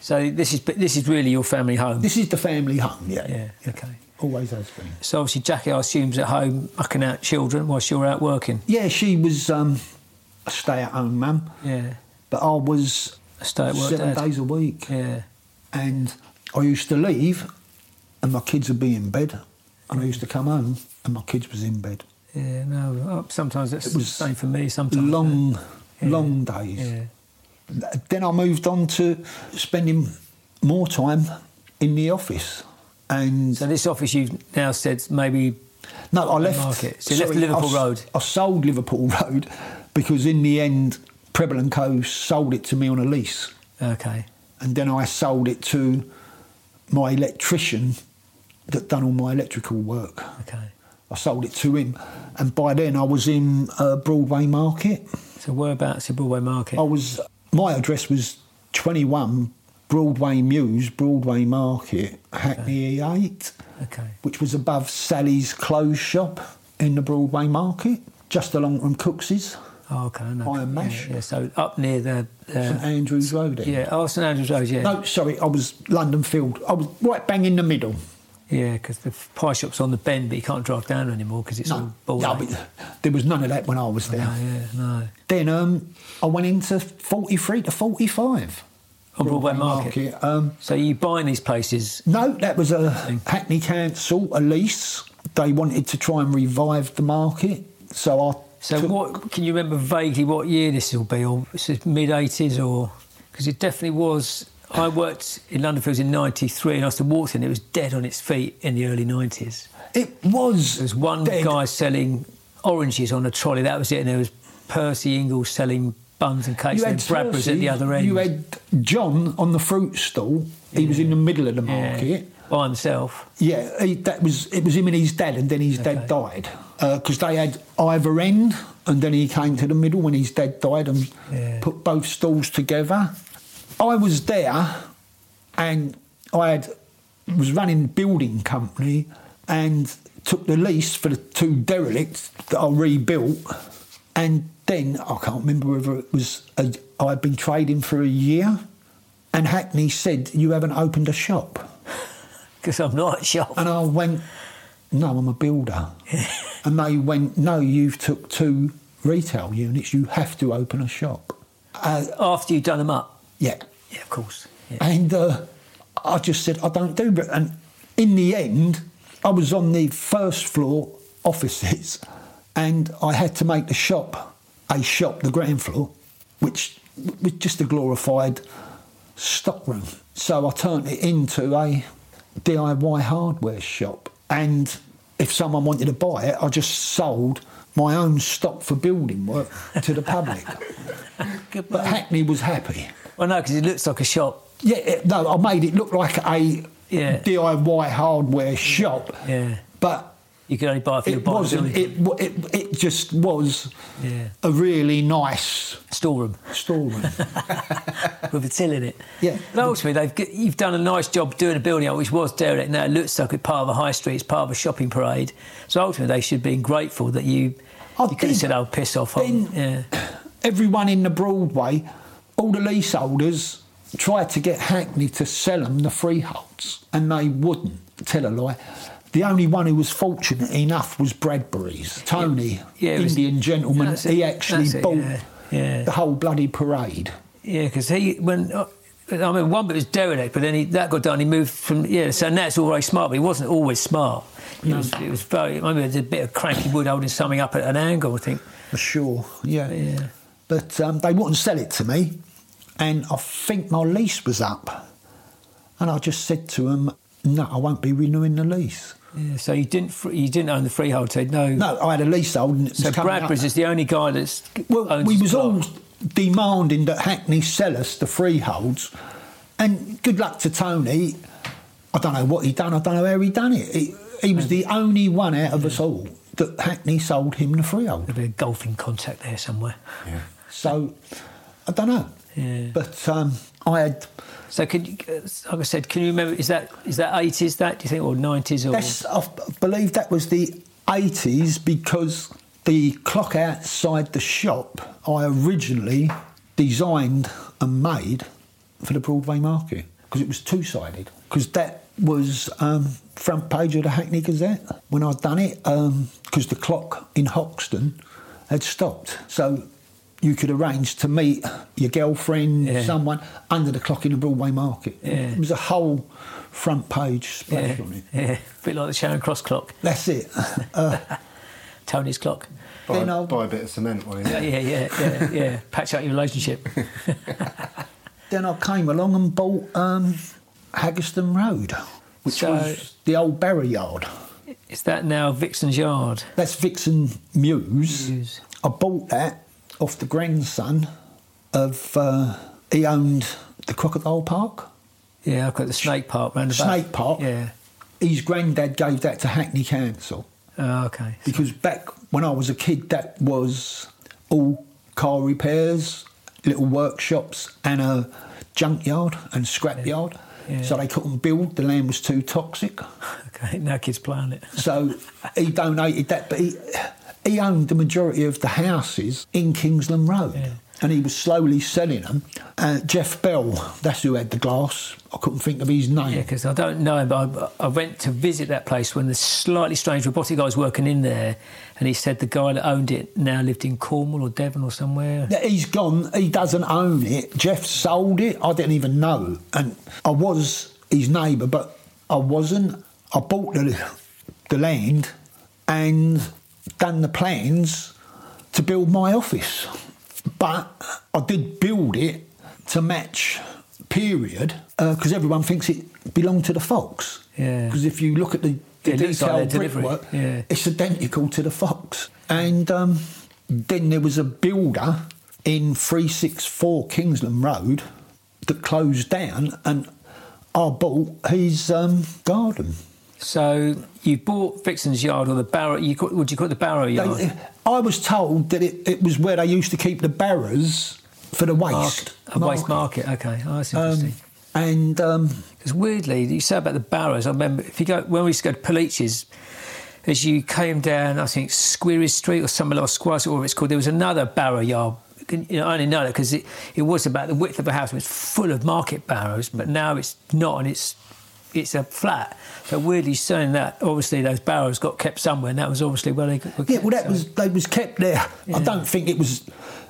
[SPEAKER 3] so this is this is really your family home.
[SPEAKER 4] This is the family home, yeah.
[SPEAKER 3] yeah. Okay.
[SPEAKER 4] Always has been.
[SPEAKER 3] So obviously Jackie, I assume, is at home mucking out children whilst you're out working.
[SPEAKER 4] Yeah, she was um, a stay at home mum.
[SPEAKER 3] Yeah.
[SPEAKER 4] but I was
[SPEAKER 3] A stay-at-work
[SPEAKER 4] seven
[SPEAKER 3] dad.
[SPEAKER 4] days a week,
[SPEAKER 3] Yeah.
[SPEAKER 4] and I used to leave, and my kids would be in bed, and I used to come home, and my kids was in bed.
[SPEAKER 3] Yeah. No. uh, Sometimes that's
[SPEAKER 4] It was
[SPEAKER 3] the same for me. Sometimes.
[SPEAKER 4] Long,
[SPEAKER 3] Yeah.
[SPEAKER 4] long days.
[SPEAKER 3] Yeah.
[SPEAKER 4] Then I moved on to spending more time in the office, and
[SPEAKER 3] So this office you've now said maybe
[SPEAKER 4] no, I left.
[SPEAKER 3] Market. So you left Liverpool
[SPEAKER 4] I s-
[SPEAKER 3] Road.
[SPEAKER 4] I sold Liverpool Road because in the end, Preble and Co sold it to me on a lease.
[SPEAKER 3] okay.
[SPEAKER 4] and then I sold it to my electrician that done all my electrical work.
[SPEAKER 3] Okay.
[SPEAKER 4] I sold it to him, and by then I was in uh, Broadway Market.
[SPEAKER 3] So whereabouts in Broadway Market?
[SPEAKER 4] I was my address was 21 Broadway Mews, Broadway Market, Hackney E8,
[SPEAKER 3] Okay.
[SPEAKER 4] which was above Sally's clothes shop in the Broadway Market, just along from Cooks's,
[SPEAKER 3] Oh, okay. No.
[SPEAKER 4] Iron Mash.
[SPEAKER 3] Yeah, yeah, so up near the.
[SPEAKER 4] St
[SPEAKER 3] Uh,
[SPEAKER 4] Andrews Road. end.
[SPEAKER 3] yeah, oh, St Andrews Road, yeah.
[SPEAKER 4] No, sorry, I was London Field. I was right bang in the middle.
[SPEAKER 3] Yeah, because the pie shop's on the bend, but you can't drive down anymore because it's all
[SPEAKER 4] No,
[SPEAKER 3] ball.
[SPEAKER 4] no,
[SPEAKER 3] ache.
[SPEAKER 4] but there was none of that when I was there.
[SPEAKER 3] no, yeah, no.
[SPEAKER 4] Then um, I went into 43 to 45.
[SPEAKER 3] On Broadway Market.
[SPEAKER 4] Um,
[SPEAKER 3] So you buying these places.
[SPEAKER 4] no, that was a Hackney Council, a lease. They wanted to try and revive the market. So I.
[SPEAKER 3] So
[SPEAKER 4] took-
[SPEAKER 3] what can you remember vaguely what year this will be, or is it mid eighties, or because it definitely was. I worked in London Fields in '93, and I still walked in. It was dead on its feet in the early '90s.
[SPEAKER 4] It was.
[SPEAKER 3] There was one
[SPEAKER 4] dead.
[SPEAKER 3] guy selling oranges on a trolley. That was it. And there was Percy Ingalls selling buns and cakes.
[SPEAKER 4] You
[SPEAKER 3] and
[SPEAKER 4] had
[SPEAKER 3] then Bradbury's at
[SPEAKER 4] Percy,
[SPEAKER 3] the other end.
[SPEAKER 4] You had John on the fruit stall. He was in the middle of the
[SPEAKER 3] Yeah,
[SPEAKER 4] market.
[SPEAKER 3] by himself.
[SPEAKER 4] Yeah, he, that was it. Was him and his dad, and then his dad died because they had either end, and then he came to the middle when his dad died, and
[SPEAKER 3] Yeah.
[SPEAKER 4] put both stalls together. I was there, and I had was running the building company, and took the lease for the two derelicts that I rebuilt, and then I can't remember whether it was a, I'd been trading for a year, and Hackney said you haven't opened a shop.
[SPEAKER 3] because I'm not a shop.
[SPEAKER 4] And I went, no, I'm a builder. and they went, no, you've took two retail units. You have to open a shop. Uh,
[SPEAKER 3] After you've done them up.
[SPEAKER 4] yeah.
[SPEAKER 3] Yeah, of course. Yeah.
[SPEAKER 4] And uh, I just said, I don't do brick. And in the end, I was on the first floor offices and I had to make the shop a shop, the ground floor, which was just a glorified stockroom. So I turned it into a DIY hardware shop. And if someone wanted to buy it, I just sold my own stock for building work to the public.
[SPEAKER 3] Good
[SPEAKER 4] but
[SPEAKER 3] man.
[SPEAKER 4] Hackney was happy.
[SPEAKER 3] Well, no, because it looks like a shop.
[SPEAKER 4] Yeah, it- no, I made it look like a
[SPEAKER 3] Yeah.
[SPEAKER 4] DIY hardware shop.
[SPEAKER 3] Yeah.
[SPEAKER 4] But
[SPEAKER 3] You can only buy for your
[SPEAKER 4] it
[SPEAKER 3] bottom,
[SPEAKER 4] wasn't.
[SPEAKER 3] don't you?
[SPEAKER 4] It, wa- it it just was
[SPEAKER 3] Yeah.
[SPEAKER 4] a really nice
[SPEAKER 3] Storeroom
[SPEAKER 4] storeroom.
[SPEAKER 3] with a till in it.
[SPEAKER 4] Yeah.
[SPEAKER 3] But ultimately, they've g- you've done a nice job doing a building up, which was derelict. Now it looks like it's part of a high street, it's part of a shopping parade. So ultimately, they should be grateful that you.
[SPEAKER 4] I
[SPEAKER 3] you could have
[SPEAKER 4] did-
[SPEAKER 3] said, "Oh, piss off!" I'm-
[SPEAKER 4] Then-
[SPEAKER 3] yeah.
[SPEAKER 4] Everyone in the Broadway, all the leaseholders tried to get Hackney to sell them the freeholds, and they wouldn't. Tell a lie. The only one who was fortunate enough was Bradbury's Tony,
[SPEAKER 3] Yeah, it was-
[SPEAKER 4] Indian gentleman.
[SPEAKER 3] That's it,
[SPEAKER 4] he actually
[SPEAKER 3] that's it,
[SPEAKER 4] bought
[SPEAKER 3] yeah, yeah.
[SPEAKER 4] the whole bloody parade.
[SPEAKER 3] Yeah, because he when uh, I mean one bit was derelict, but then he, that got done. He moved from yeah, so now it's all very smart, but he wasn't always smart. It was it was very. I mean, there's a bit of cranky wood holding something up at an angle. I think.
[SPEAKER 4] For sure, yeah.
[SPEAKER 3] Yeah.
[SPEAKER 4] But um, they wouldn't sell it to me, and I think my lease was up. And I just said to them, No, I won't be renewing the lease.
[SPEAKER 3] Yeah, so you didn't fr- you didn't own the freehold, so no.
[SPEAKER 4] No, I had a leasehold, and it was
[SPEAKER 3] so
[SPEAKER 4] coming
[SPEAKER 3] Bradbury's
[SPEAKER 4] up.
[SPEAKER 3] is the only guy that's
[SPEAKER 4] Well,
[SPEAKER 3] owns
[SPEAKER 4] we
[SPEAKER 3] his
[SPEAKER 4] was
[SPEAKER 3] block.
[SPEAKER 4] all demanding that Hackney sell us the freeholds, and good luck to Tony. I don't know what he done. I don't know how he done it. He, he was the only one out of us all that Hackney sold him the freehold.
[SPEAKER 3] There'd be a golfing contact there somewhere.
[SPEAKER 4] So I don't know.
[SPEAKER 3] Yeah.
[SPEAKER 4] But um, I had.
[SPEAKER 3] So can you, uh, like I said, can you remember? Is that is that eighties? That do you think or nineties or?
[SPEAKER 4] That's, I believe that was the 80s because the clock outside the shop I originally designed and made for the Broadway market because it was two sided. Because that was um, front page of the Hackney Gazette when I'd done it because the clock in Hoxton had stopped. So you could arrange to meet your girlfriend,
[SPEAKER 3] Yeah.
[SPEAKER 4] someone, under the clock in the Broadway market.
[SPEAKER 3] Yeah.
[SPEAKER 4] It was a whole front page splash
[SPEAKER 3] yeah,
[SPEAKER 4] on it.
[SPEAKER 3] yeah, a bit like the Sharon Cross clock,
[SPEAKER 4] That's it.
[SPEAKER 3] Tony's clock.
[SPEAKER 4] Buy-
[SPEAKER 2] Buy,
[SPEAKER 4] Then I'll- buy
[SPEAKER 2] a bit of cement while
[SPEAKER 3] Yeah, yeah, yeah, yeah, yeah. Patch out your relationship.
[SPEAKER 4] then I came along and bought um, Haggerston Road, which
[SPEAKER 3] So-
[SPEAKER 4] was the old barrow yard.
[SPEAKER 3] Is that now Vixen's Yard?
[SPEAKER 4] That's Vixen Muse.
[SPEAKER 3] Muse.
[SPEAKER 4] I bought that off the grandson of, uh, he owned the Crocodile Park.
[SPEAKER 3] Yeah, I've got the Snake Park round the back.
[SPEAKER 4] Snake Park?
[SPEAKER 3] Yeah.
[SPEAKER 4] His granddad gave that to Hackney Council
[SPEAKER 3] Oh, okay.
[SPEAKER 4] because back when I was a kid, that was all car repairs, little workshops, and a junkyard and scrapyard.
[SPEAKER 3] Yeah.
[SPEAKER 4] So they couldn't build, the land was too toxic.
[SPEAKER 3] Okay. Now kids playing it.
[SPEAKER 4] So he donated that, but he, he owned the majority of the houses in Kingsland Road.
[SPEAKER 3] Yeah.
[SPEAKER 4] And he was slowly selling them. Uh, Jeff Bell, that's who had the glass. I couldn't think of his name.
[SPEAKER 3] Yeah, because I don't know him, but I, I went to visit that place when the slightly strange robotic guy was working in there, and he said the guy that owned it now lived in Cornwall or Devon or somewhere.
[SPEAKER 4] that he's gone. He doesn't own it. Jeff sold it. I didn't even know, and I was his neighbour, but I wasn't. I bought the the land and done the plans to build my office, but I did build it to match period because everyone thinks it belonged to the Fox.
[SPEAKER 3] Yeah.
[SPEAKER 4] Because if you look at the the
[SPEAKER 3] It looks like
[SPEAKER 4] detailed
[SPEAKER 3] their delivery,
[SPEAKER 4] brickwork,
[SPEAKER 3] yeah.
[SPEAKER 4] it's identical to the Fox. And um, then there was a builder in 364 Kingsland Road that closed down, and I bought his um, garden.
[SPEAKER 3] So you bought Vixen's Yard or the Barrow? You call, would you call it the Barrow
[SPEAKER 4] They- uh,
[SPEAKER 3] Yard?
[SPEAKER 4] I was told that it, it was where they used to keep the barrows for the waste.
[SPEAKER 3] Market- a waste market. Okay, oh, that's interesting.
[SPEAKER 4] Um, and um,
[SPEAKER 3] Because weirdly, you say about the barrows. I remember if you go when we used to go to Paliches, as you came down, I think Squeery Street or somewhere like Squires or whatever it's called. There was another barrow yard. You know, I only know that because it, it was about the width of a house. It was full of market barrows, but now it's not, and it's it's a flat. So weirdly, saying that obviously those barrows got kept somewhere, and that was obviously where they got were kept.
[SPEAKER 4] Yeah, well, that
[SPEAKER 3] so-
[SPEAKER 4] was they was kept there. I don't think it was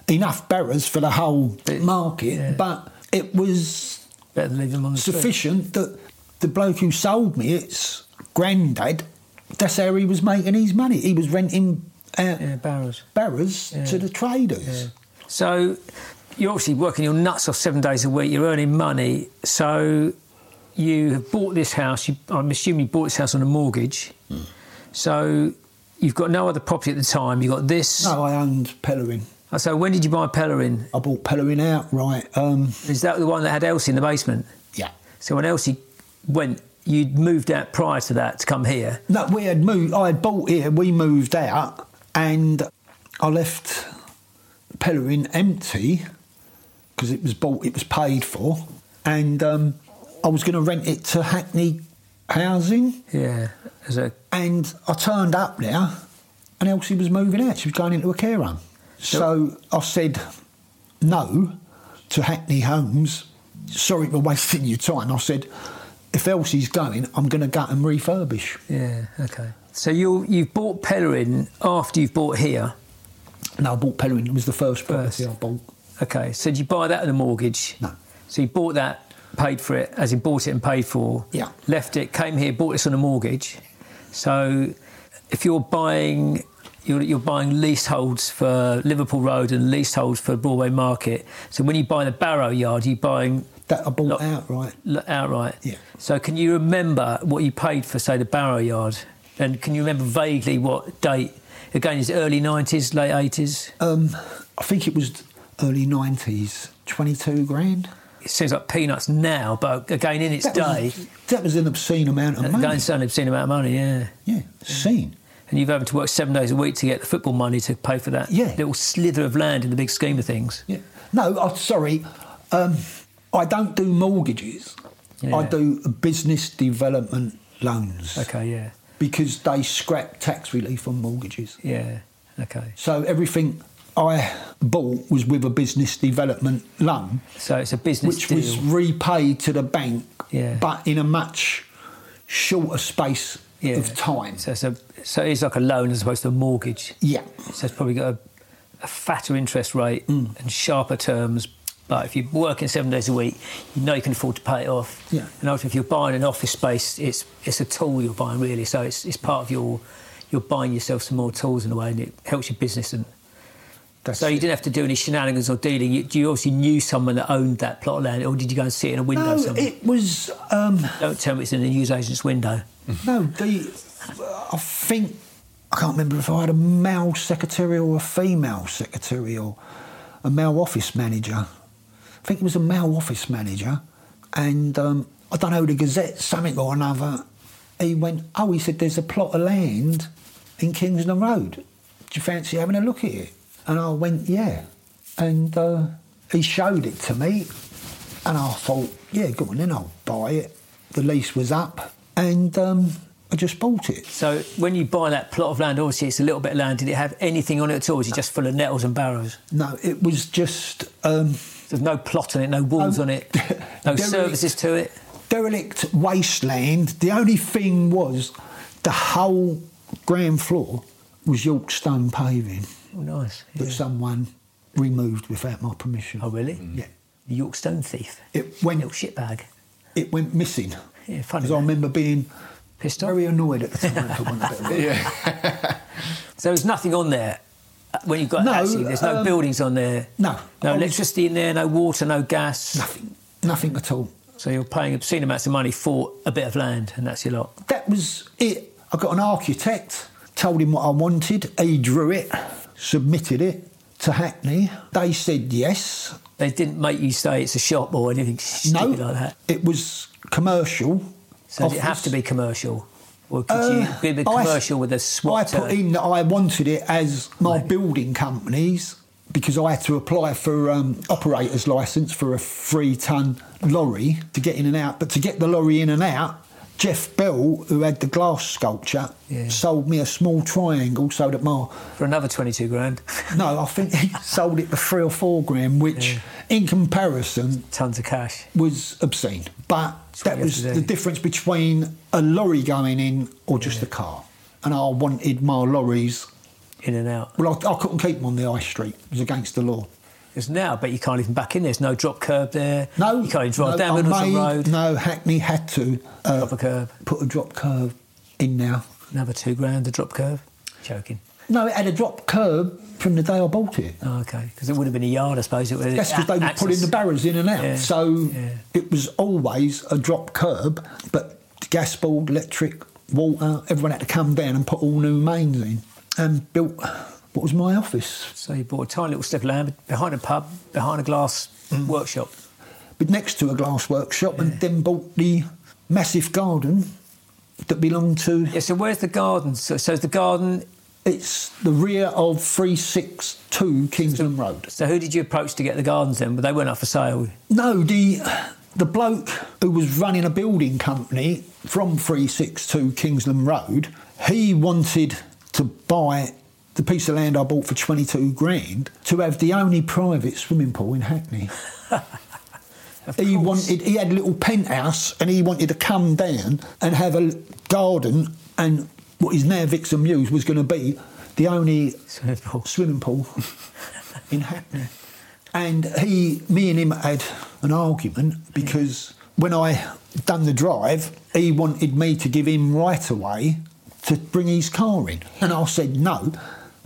[SPEAKER 4] enough barrows for the whole market, but it was
[SPEAKER 3] better than leave them on the street.
[SPEAKER 4] sufficient that the bloke who sold me its granddad, that's how he was making his money. He was renting out
[SPEAKER 3] Yeah, barrows.
[SPEAKER 4] barrows to the traders.
[SPEAKER 3] So you're obviously working your nuts off seven days a week. You're earning money. So you have bought this house. You, I'm assuming you bought this house on a mortgage. So you've got no other property at the time. You've got this.
[SPEAKER 4] No, I owned Pellerin.
[SPEAKER 3] So when did you buy Pellerin?
[SPEAKER 4] I bought Pellerin outright. Um,
[SPEAKER 3] Is that the one that had Elsie in the basement?
[SPEAKER 4] yeah.
[SPEAKER 3] So when Elsie went, you'd moved out prior to that to come here.
[SPEAKER 4] No, we had moved. I had bought here. We moved out, and I left Pellerin empty because it was bought. It was paid for, and um, I was going to rent it to Hackney Housing.
[SPEAKER 3] Yeah. As a
[SPEAKER 4] And I turned up there, and Elsie was moving out. She was going into a care home. So I said no to Hackney Homes. Sorry for wasting your time. I said, if Elsie's going, I'm going to go and refurbish.
[SPEAKER 3] yeah. Okay. So you you've bought Pellerin after you've bought here.
[SPEAKER 4] No, I bought Pellerin. It was the first property
[SPEAKER 3] First.
[SPEAKER 4] I bought.
[SPEAKER 3] Okay, so did you buy that on a mortgage?
[SPEAKER 4] No.
[SPEAKER 3] So you bought that, paid for it, as in bought it and paid for.
[SPEAKER 4] Yeah.
[SPEAKER 3] Left it, came here, bought this on a mortgage. So if you're buying, you're, you're buying leaseholds for Liverpool Road and leaseholds for Broadway Market. So when you buy the Barrow Yard, you're buying
[SPEAKER 4] That I bought
[SPEAKER 3] Look.
[SPEAKER 4] outright.
[SPEAKER 3] l- outright.
[SPEAKER 4] Yeah.
[SPEAKER 3] So can you remember what you paid for, say, the Barrow Yard? And can you remember vaguely what date? Again, is it early 90s, late 80s?
[SPEAKER 4] Um, I think it was early 90s, 22 grand.
[SPEAKER 3] It seems like peanuts now, but again, in its
[SPEAKER 4] That
[SPEAKER 3] day.
[SPEAKER 4] was, that was an obscene amount of
[SPEAKER 3] Going
[SPEAKER 4] money.
[SPEAKER 3] to sound obscene amount of money, yeah.
[SPEAKER 4] Yeah, obscene.
[SPEAKER 3] And you've having to work seven days a week to get the football money to pay for that
[SPEAKER 4] Yeah.
[SPEAKER 3] little slither of land in the big scheme of things.
[SPEAKER 4] Yeah. No, I'm sorry. Um, I don't do mortgages.
[SPEAKER 3] Yeah.
[SPEAKER 4] I do business development loans
[SPEAKER 3] Okay, yeah,
[SPEAKER 4] because they scrap tax relief on mortgages.
[SPEAKER 3] yeah, okay.
[SPEAKER 4] So everything I bought was with a business development loan,
[SPEAKER 3] So it's a business
[SPEAKER 4] which
[SPEAKER 3] deal.
[SPEAKER 4] was repaid to the bank,
[SPEAKER 3] Yeah.
[SPEAKER 4] but in a much shorter space
[SPEAKER 3] yeah.
[SPEAKER 4] of time.
[SPEAKER 3] So it's, a, so it's like a loan as opposed to a mortgage.
[SPEAKER 4] Yeah.
[SPEAKER 3] So it's probably got a, a fatter interest rate
[SPEAKER 4] Mm.
[SPEAKER 3] and sharper terms. But if you're working seven days a week, you know you can afford to pay it off.
[SPEAKER 4] Yeah.
[SPEAKER 3] And also, if you're buying an office space, it's it's a tool you're buying really. So it's it's part of your you're buying yourself some more tools in a way, and it helps your business. And
[SPEAKER 4] That's
[SPEAKER 3] so you
[SPEAKER 4] it.
[SPEAKER 3] didn't have to do any shenanigans or dealing. You, you obviously kw someone that owned that plot of land, or did you go and see it in a window?
[SPEAKER 4] No,
[SPEAKER 3] somewhere?
[SPEAKER 4] it was. Um,
[SPEAKER 3] Don't tell me it's in a newsagent's window.
[SPEAKER 4] No, the, I think I can't remember if I had a male secretary or a female secretary or a male office manager. I think it was a male office manager, and um, I don't know the Gazette, something or another. He went, oh, he said there's a plot of land in Kingsland Road. Do you fancy having a look at it? And I went, yeah, and uh, he showed it to me, and I thought, yeah, go on then, I'll buy it. The lease was up, and um, I just bought it.
[SPEAKER 3] So when you buy that plot of land, obviously it's a little bit of land. Did it have anything on it at all? Is it just full of nettles and barrows?
[SPEAKER 4] No, it was just um,
[SPEAKER 3] There's no plot on it, no walls
[SPEAKER 4] Um,
[SPEAKER 3] on it, no
[SPEAKER 4] there is-
[SPEAKER 3] services to it.
[SPEAKER 4] derelict wasteland. The only thing was the whole ground floor was York stone paving
[SPEAKER 3] Oh, nice.
[SPEAKER 4] that someone removed without my permission.
[SPEAKER 3] Oh, really?
[SPEAKER 4] Mm. Yeah.
[SPEAKER 3] The York Stone Thief.
[SPEAKER 4] It went-
[SPEAKER 3] Little shitbag.
[SPEAKER 4] It went missing.
[SPEAKER 3] Yeah, funny.
[SPEAKER 4] Because I
[SPEAKER 3] that.
[SPEAKER 4] remember being
[SPEAKER 3] Pissed off.
[SPEAKER 4] very annoyed at the time. for want of a better word.
[SPEAKER 3] So there's nothing on there uh, when you've got
[SPEAKER 4] No,
[SPEAKER 3] actually, there's no
[SPEAKER 4] um,
[SPEAKER 3] buildings on there.
[SPEAKER 4] no. I
[SPEAKER 3] No
[SPEAKER 4] was-
[SPEAKER 3] electricity in there, no water, no gas.
[SPEAKER 4] Nothing. Nothing at all.
[SPEAKER 3] So you're paying obscene amounts of money for a bit of land, and that's your lot.
[SPEAKER 4] that was it. I got an architect, told him what I wanted, he drew it, submitted it to Hackney. They said yes.
[SPEAKER 3] They didn't make you say it's a shop or anything
[SPEAKER 4] No,
[SPEAKER 3] stupid like that.
[SPEAKER 4] it was commercial.
[SPEAKER 3] So does it have to be commercial? Or could
[SPEAKER 4] Uh,
[SPEAKER 3] you be
[SPEAKER 4] I-
[SPEAKER 3] commercial with a
[SPEAKER 4] I
[SPEAKER 3] SWAT?
[SPEAKER 4] put in that I wanted it as my building companies because I had to apply for um, operator's license for a three ton lorry to get in and out. But to get the lorry in and out, Jeff Bell, who had the glass sculpture,
[SPEAKER 3] Yeah.
[SPEAKER 4] sold me a small triangle so that my
[SPEAKER 3] for another 22 grand.
[SPEAKER 4] no, I think he sold it for three or four grand, which in comparison
[SPEAKER 3] Tons of cash.
[SPEAKER 4] was obscene. But
[SPEAKER 3] what
[SPEAKER 4] that
[SPEAKER 3] you have to
[SPEAKER 4] was
[SPEAKER 3] do.
[SPEAKER 4] the difference between a lorry going in or just a car. And I wanted my lorries.
[SPEAKER 3] In and out.
[SPEAKER 4] Well, I, I couldn't keep them on the high street. It was against the law.
[SPEAKER 3] Because now, I bet you can't even back in. There's no drop curb there.
[SPEAKER 4] No,
[SPEAKER 3] You can't even drive
[SPEAKER 4] no,
[SPEAKER 3] down
[SPEAKER 4] I
[SPEAKER 3] Middleton
[SPEAKER 4] made-
[SPEAKER 3] Road.
[SPEAKER 4] No, Hackney had to uh,
[SPEAKER 3] Drop a curb.
[SPEAKER 4] put a drop curve in now.
[SPEAKER 3] Another two grand, a drop curb. Joking.
[SPEAKER 4] No, it had a drop curb from the day I bought it.
[SPEAKER 3] Oh, okay. Because it would have been a yard, I suppose. It was
[SPEAKER 4] That's because they were putting the barriers in and out.
[SPEAKER 3] Yeah,
[SPEAKER 4] So
[SPEAKER 3] yeah.
[SPEAKER 4] it was always a drop curb, but gas board, electric, water, everyone had to come down and put all new mains in and built what was my office.
[SPEAKER 3] So you bought a tiny little strip of land behind a pub, behind a glass workshop.
[SPEAKER 4] But next to a glass workshop and then bought the massive garden that belonged to
[SPEAKER 3] Yeah, so where's the garden? So, so is the garden.
[SPEAKER 4] it's the rear of 362 Kingsland Road.
[SPEAKER 3] So who did you approach to get the gardens then? But they weren't up for sale.
[SPEAKER 4] No, the the bloke who was running a building company from 362 Kingsland Road, he wanted to buy the piece of land I bought for 22 grand to have the only private swimming pool in Hackney.
[SPEAKER 3] Of
[SPEAKER 4] He
[SPEAKER 3] course.
[SPEAKER 4] wanted he had a little penthouse and he wanted to come down and have a garden and what is now Vixen Mews was going to be the only
[SPEAKER 3] Swimming pool.
[SPEAKER 4] swimming pool in Hackney. And he, me and him had an argument because when I done the drive, he wanted me to give him right away to bring his car in, and I said no.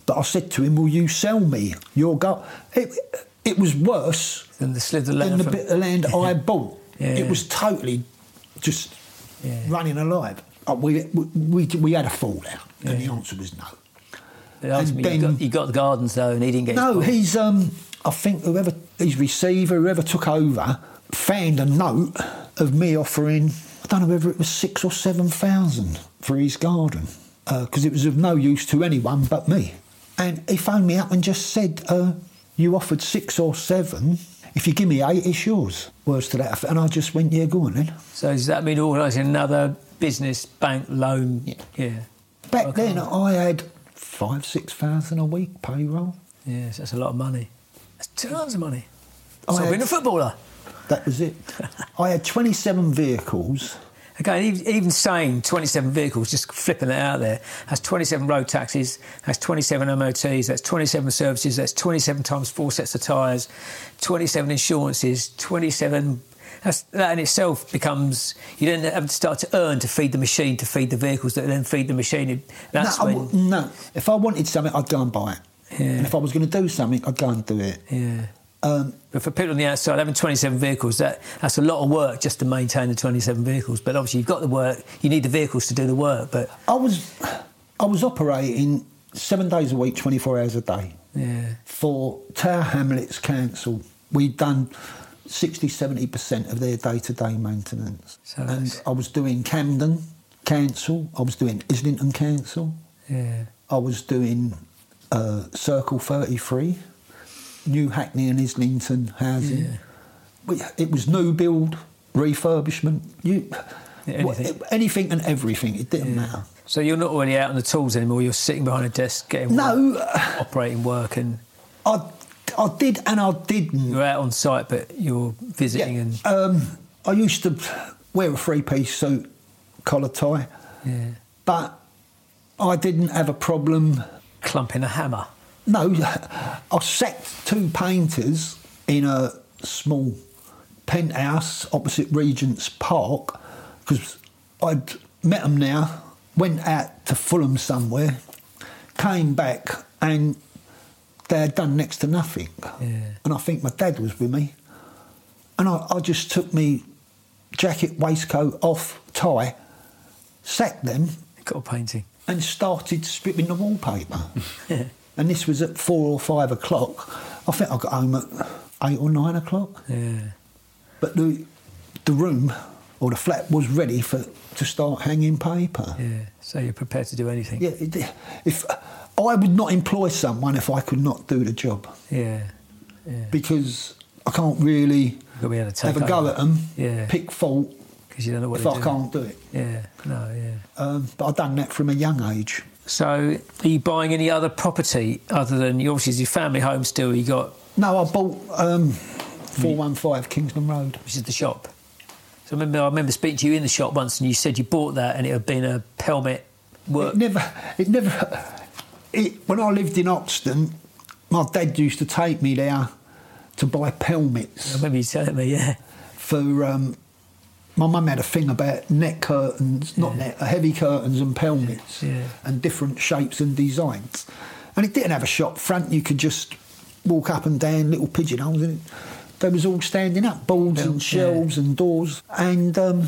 [SPEAKER 4] But I said to him, "Will you sell me your car?" It, it was worse
[SPEAKER 3] Then the slid the
[SPEAKER 4] than
[SPEAKER 3] land.
[SPEAKER 4] the
[SPEAKER 3] from-
[SPEAKER 4] bit uh, of land I bought.
[SPEAKER 3] Yeah.
[SPEAKER 4] It was totally just
[SPEAKER 3] Yeah.
[SPEAKER 4] running alive. Uh, We, we, we had a fallout, and
[SPEAKER 3] Yeah.
[SPEAKER 4] the answer was no.
[SPEAKER 3] They asked
[SPEAKER 4] and
[SPEAKER 3] me,
[SPEAKER 4] then-
[SPEAKER 3] you, got, you got the gardens though, and he didn't get his
[SPEAKER 4] No,
[SPEAKER 3] pool.
[SPEAKER 4] he's. Um, I think whoever his receiver, whoever took over, found a note of me offering. I don't know whether it was six or seven thousand for his garden because it was of no use to anyone but me. And he phoned me up and just said, uh, "You offered six or seven. If you give me eight, it's yours." Words to that effect. And I just went, "Yeah, go on then."
[SPEAKER 3] So does that mean organising another business bank loan?
[SPEAKER 4] Yeah.
[SPEAKER 3] Yeah.
[SPEAKER 4] Back
[SPEAKER 3] Okay.
[SPEAKER 4] then, I had five, six thousand a week payroll.
[SPEAKER 3] Yeah, so that's a lot of money. That's tons of money. so
[SPEAKER 4] I
[SPEAKER 3] I've
[SPEAKER 4] had-
[SPEAKER 3] been a footballer.
[SPEAKER 4] That was it. I had twenty-seven vehicles.
[SPEAKER 3] Again, even, even saying 27 vehicles, just flipping that out there, that's 27 road taxes, that's 27 MOTs, that's 27 services, that's 27 times four sets of tyres, 27 insurances, 27. That's, that in itself becomes, you then have to start to earn to feed the machine, to feed the vehicles that then feed the machine. That's
[SPEAKER 4] no, I
[SPEAKER 3] when.
[SPEAKER 4] w- no. If I wanted something, I'd go and buy it. And if I was going to do something, I'd go and do it.
[SPEAKER 3] yeah.
[SPEAKER 4] Um,
[SPEAKER 3] But for people on the outside, having 27 vehicles, that, that's a lot of work just to maintain the 27 vehicles. But obviously, you've got the work, you need the vehicles to do the work. But
[SPEAKER 4] I was, I was operating seven days a week, twenty-four hours a day
[SPEAKER 3] yeah,
[SPEAKER 4] for Tower Hamlets Council. We'd done 60 70 percent of their day-to-day maintenance,
[SPEAKER 3] So
[SPEAKER 4] and
[SPEAKER 3] that's-
[SPEAKER 4] I was doing Camden Council. I was doing Islington Council.
[SPEAKER 3] yeah.
[SPEAKER 4] I was doing uh, Circle 33, New Hackney and Islington housing. We- It was new build, refurbishment, you,
[SPEAKER 3] Yeah,
[SPEAKER 4] what-
[SPEAKER 3] anything.
[SPEAKER 4] anything and everything. It didn't matter.
[SPEAKER 3] So you're not really out on the tools anymore. You're sitting behind a desk, getting
[SPEAKER 4] No. uh,
[SPEAKER 3] work, operating work, and
[SPEAKER 4] I, I did and I didn't.
[SPEAKER 3] you're out on site, but you're visiting
[SPEAKER 4] Yeah,
[SPEAKER 3] and
[SPEAKER 4] um, I used to wear a three piece suit, collar tie,
[SPEAKER 3] yeah,
[SPEAKER 4] but I didn't have a problem
[SPEAKER 3] clumping a hammer.
[SPEAKER 4] No, I set two painters in a small penthouse opposite Regent's Park because I'd met them now, went out to Fulham somewhere, came back, and they had done next to nothing. And I think my dad was with me. And I, I just took me jacket, waistcoat off, tie, sacked them,
[SPEAKER 3] Got a painting.
[SPEAKER 4] and started stripping the wallpaper. and this was at four or five o'clock. I think I got home at eight or nine o'clock.
[SPEAKER 3] Yeah.
[SPEAKER 4] But the the room or the flat was ready for to start hanging paper.
[SPEAKER 3] Yeah. So you're prepared to do anything.
[SPEAKER 4] Yeah, it- if I would not employ someone if I could not do the job
[SPEAKER 3] Yeah. Yeah.
[SPEAKER 4] because I can't really
[SPEAKER 3] You've got to be able to take
[SPEAKER 4] have a go
[SPEAKER 3] over.
[SPEAKER 4] at them,
[SPEAKER 3] Yeah.
[SPEAKER 4] pick fault,
[SPEAKER 3] because you don't know what
[SPEAKER 4] if
[SPEAKER 3] to
[SPEAKER 4] I
[SPEAKER 3] do.
[SPEAKER 4] can't do it.
[SPEAKER 3] Yeah, no, yeah.
[SPEAKER 4] Um, but I done that from a young age.
[SPEAKER 3] So, are you buying any other property other than you obviously it's your family home still? You got
[SPEAKER 4] No, I bought um, 415 Kingston Road.
[SPEAKER 3] which is the shop. So I remember I remember speaking to you in the shop once, and you said you bought that, and it had been a pelmet work.
[SPEAKER 4] It never, it never. It, when I lived in Oxton, my dad used to take me there to buy
[SPEAKER 3] I
[SPEAKER 4] pelmets
[SPEAKER 3] remember you telling me, yeah,
[SPEAKER 4] for. Um, my mum had a thing about net curtains, not net, uh, heavy curtains and pelmets,
[SPEAKER 3] Yeah.
[SPEAKER 4] and different shapes and designs. And it didn't have a shop front; you could just walk up and down little pigeonholes, and it, they was all standing up, boards
[SPEAKER 3] Yeah.
[SPEAKER 4] and shelves and doors. And um,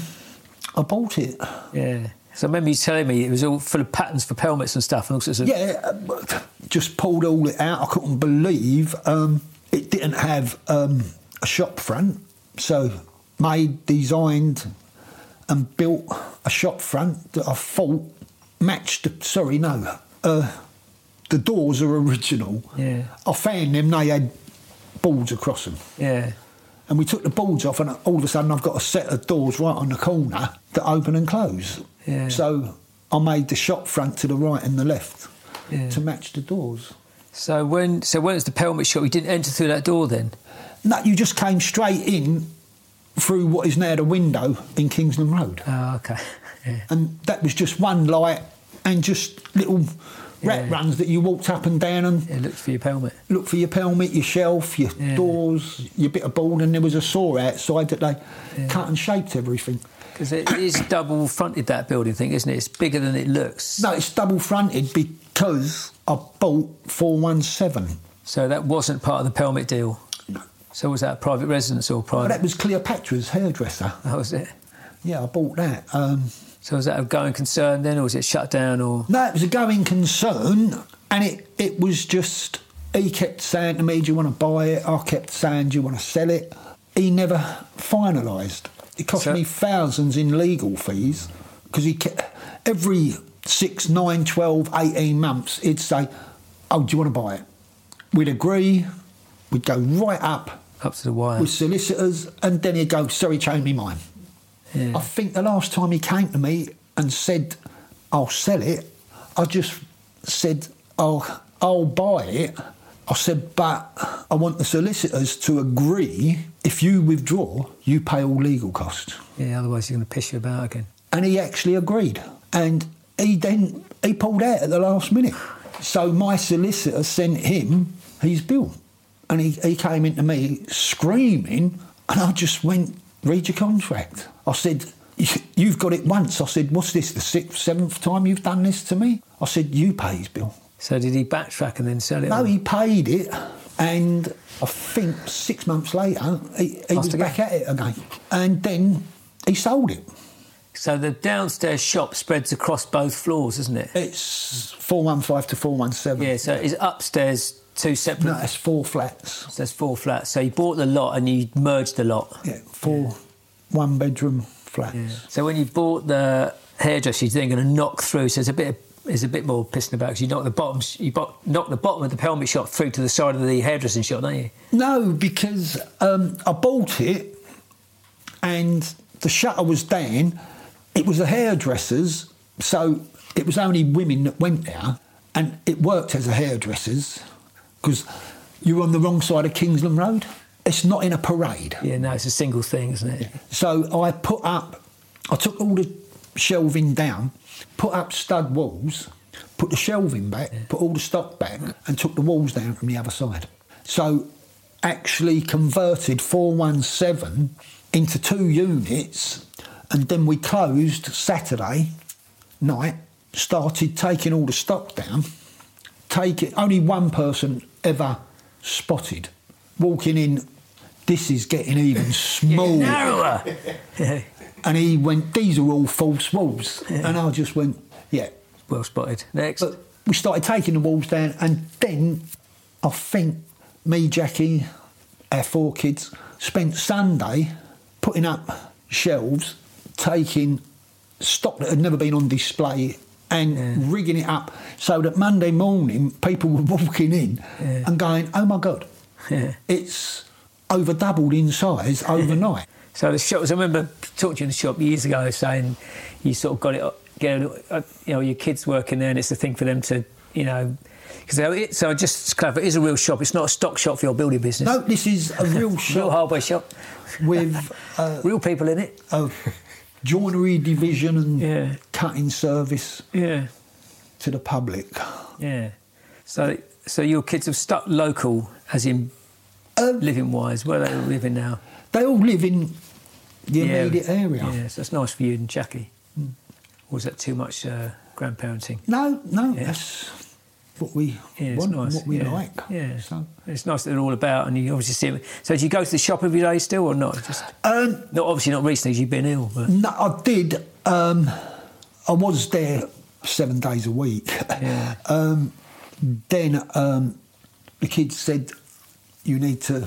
[SPEAKER 4] I bought it.
[SPEAKER 3] yeah. So I remember you telling me it was all full of patterns for pelmets and stuff, and all sorts of
[SPEAKER 4] Yeah, uh, but just pulled all it out. I couldn't believe um, it didn't have um, a shop front. So made, designed, and built a shop front that I thought matched. The, sorry, no. Uh, the doors are original.
[SPEAKER 3] Yeah.
[SPEAKER 4] I found them. They had boards across them.
[SPEAKER 3] yeah.
[SPEAKER 4] And we took the boards off, and all of a sudden, I've got a set of doors right on the corner that open and close.
[SPEAKER 3] Yeah.
[SPEAKER 4] So I made the shop front to the right and the left
[SPEAKER 3] Yeah.
[SPEAKER 4] to match the doors.
[SPEAKER 3] So when so when it was the pelmet shop, you didn't enter through that door then.
[SPEAKER 4] No, you just came straight in through what is now the window in Kingsland Road.
[SPEAKER 3] Oh, okay. Yeah.
[SPEAKER 4] And that was just one light and just little rat
[SPEAKER 3] Yeah.
[SPEAKER 4] runs that you walked up and down and
[SPEAKER 3] yeah looked for your pelmet.
[SPEAKER 4] look for your pelmet, your shelf, your
[SPEAKER 3] Yeah.
[SPEAKER 4] doors, your bit of board, and there was a saw outside that they cut and shaped everything.
[SPEAKER 3] Because it is double fronted that building thing, isn't it? It's bigger than it looks.
[SPEAKER 4] No, it's double fronted because I bought 417.
[SPEAKER 3] So that wasn't part of the Pelmet deal. So was that a private residence or
[SPEAKER 4] But
[SPEAKER 3] private?
[SPEAKER 4] that was Cleopatra's hairdresser.
[SPEAKER 3] That was it.
[SPEAKER 4] Yeah, I bought that. Um,
[SPEAKER 3] So was that a going concern then, or was it shut down? Or
[SPEAKER 4] no, it was a going concern, and it, it was just he kept saying to me, Do you want to buy it? I kept saying, Do you want to sell it? He never finalised. It cost
[SPEAKER 3] So-
[SPEAKER 4] me thousands in legal fees because he kept, every six, nine, 12, 18 months, he'd say, Oh, do you want to buy it? We'd agree, we'd go right up.
[SPEAKER 3] up to the wire?
[SPEAKER 4] with solicitors, and then he'd go, sorry, change me mind.
[SPEAKER 3] Yeah.
[SPEAKER 4] I think the last time he came to me and said, I'll sell it, I just said, I'll, I'll buy it. I said, but I want the solicitors to agree if you withdraw, you pay all legal costs.
[SPEAKER 3] Yeah, otherwise you're going to piss you about again.
[SPEAKER 4] And he actually agreed. And he then he pulled out at the last minute. So my solicitor sent him his bill. And he, he came into me screaming, and I just went, read your contract. I said, "You- You've got it once. I said, What's this, the sixth, seventh time you've done this to me? I said, You pay his bill.
[SPEAKER 3] So did he backtrack and then sell it?
[SPEAKER 4] No,
[SPEAKER 3] or-
[SPEAKER 4] he paid it. And I think six months later, he, he
[SPEAKER 3] Lost
[SPEAKER 4] was
[SPEAKER 3] again.
[SPEAKER 4] back at it again. And then he sold it.
[SPEAKER 3] So the downstairs shop spreads across both floors, isn't it?
[SPEAKER 4] It's 415 to 417.
[SPEAKER 3] Yeah. So it's upstairs two separate.
[SPEAKER 4] No, it's four flats.
[SPEAKER 3] So there's four flats. So you bought the lot and you merged the lot.
[SPEAKER 4] Yeah, four one bedroom flats.
[SPEAKER 3] So when you bought the hairdresser, you're then going to knock through. So there's a bit of, there's a bit more pissing about because you knock the bottom you bo- knock the bottom of the helmet shop through to the side of the hairdressing shop, don't you?
[SPEAKER 4] No, because um, I bought it and the shutter was down. It was a hairdresser's, so it was only women that went there, and it worked as a hairdresser's because you're on the wrong side of Kingsland Road. It's not in a parade.
[SPEAKER 3] Yeah. No, it's a single thing, isn't it?
[SPEAKER 4] So I put up, I took all the shelving down, put up stud walls, put the shelving back, put all the stock back, and took the walls down from the other side. So actually converted 417 into two units, and then we closed Saturday night, started taking all the stock down, take it. Only one person ever spotted walking in. This is getting even smaller.
[SPEAKER 3] Narrower. yeah.
[SPEAKER 4] And he went, These are all false walls. And I just went, Yeah.
[SPEAKER 3] Well spotted. Next.
[SPEAKER 4] But we started taking the walls down. And then I think me, Jackie, our four kids, spent Sunday putting up shelves, taking stock that had never been on display and rigging it up so that Monday morning people were walking in
[SPEAKER 3] Yeah.
[SPEAKER 4] and going, Oh my God,
[SPEAKER 3] Yeah.
[SPEAKER 4] it's over doubled in size overnight.
[SPEAKER 3] So the shops, I remember talking to you in the shop years ago saying you sort of got it, get it, uh, you know, your kids working there and it's the thing for them to, you know, because it, so just to clarify, it is a real shop. It's not a stock shop for your building business.
[SPEAKER 4] No, this is a real
[SPEAKER 3] real
[SPEAKER 4] shop
[SPEAKER 3] hardware shop,
[SPEAKER 4] with uh,
[SPEAKER 3] real people in it.
[SPEAKER 4] a joinery division and
[SPEAKER 3] Yeah.
[SPEAKER 4] cutting service
[SPEAKER 3] Yeah,
[SPEAKER 4] to the public.
[SPEAKER 3] yeah. So, so your kids have stuck local, as in
[SPEAKER 4] Um,
[SPEAKER 3] living wise, where they living now.
[SPEAKER 4] They all live in the immediate area. Hmm.
[SPEAKER 3] Yeah, so it's nice for you and Jackie. Or is that too much uh, grandparenting?
[SPEAKER 4] No, no,
[SPEAKER 3] Yeah.
[SPEAKER 4] that's what we
[SPEAKER 3] Yeah, it's
[SPEAKER 4] want,
[SPEAKER 3] nice.
[SPEAKER 4] what we
[SPEAKER 3] yeah.
[SPEAKER 4] like.
[SPEAKER 3] Yeah.
[SPEAKER 4] So,
[SPEAKER 3] It's nice that they're all about, and you obviously see them. So, do you go to the shop every day still or not? Just
[SPEAKER 4] um,
[SPEAKER 3] not obviously not recently. 'cause You've been ill, but
[SPEAKER 4] no, I did. Um, I was there seven days a week.
[SPEAKER 3] Yeah.
[SPEAKER 4] Um, then um, the kids said, "You need to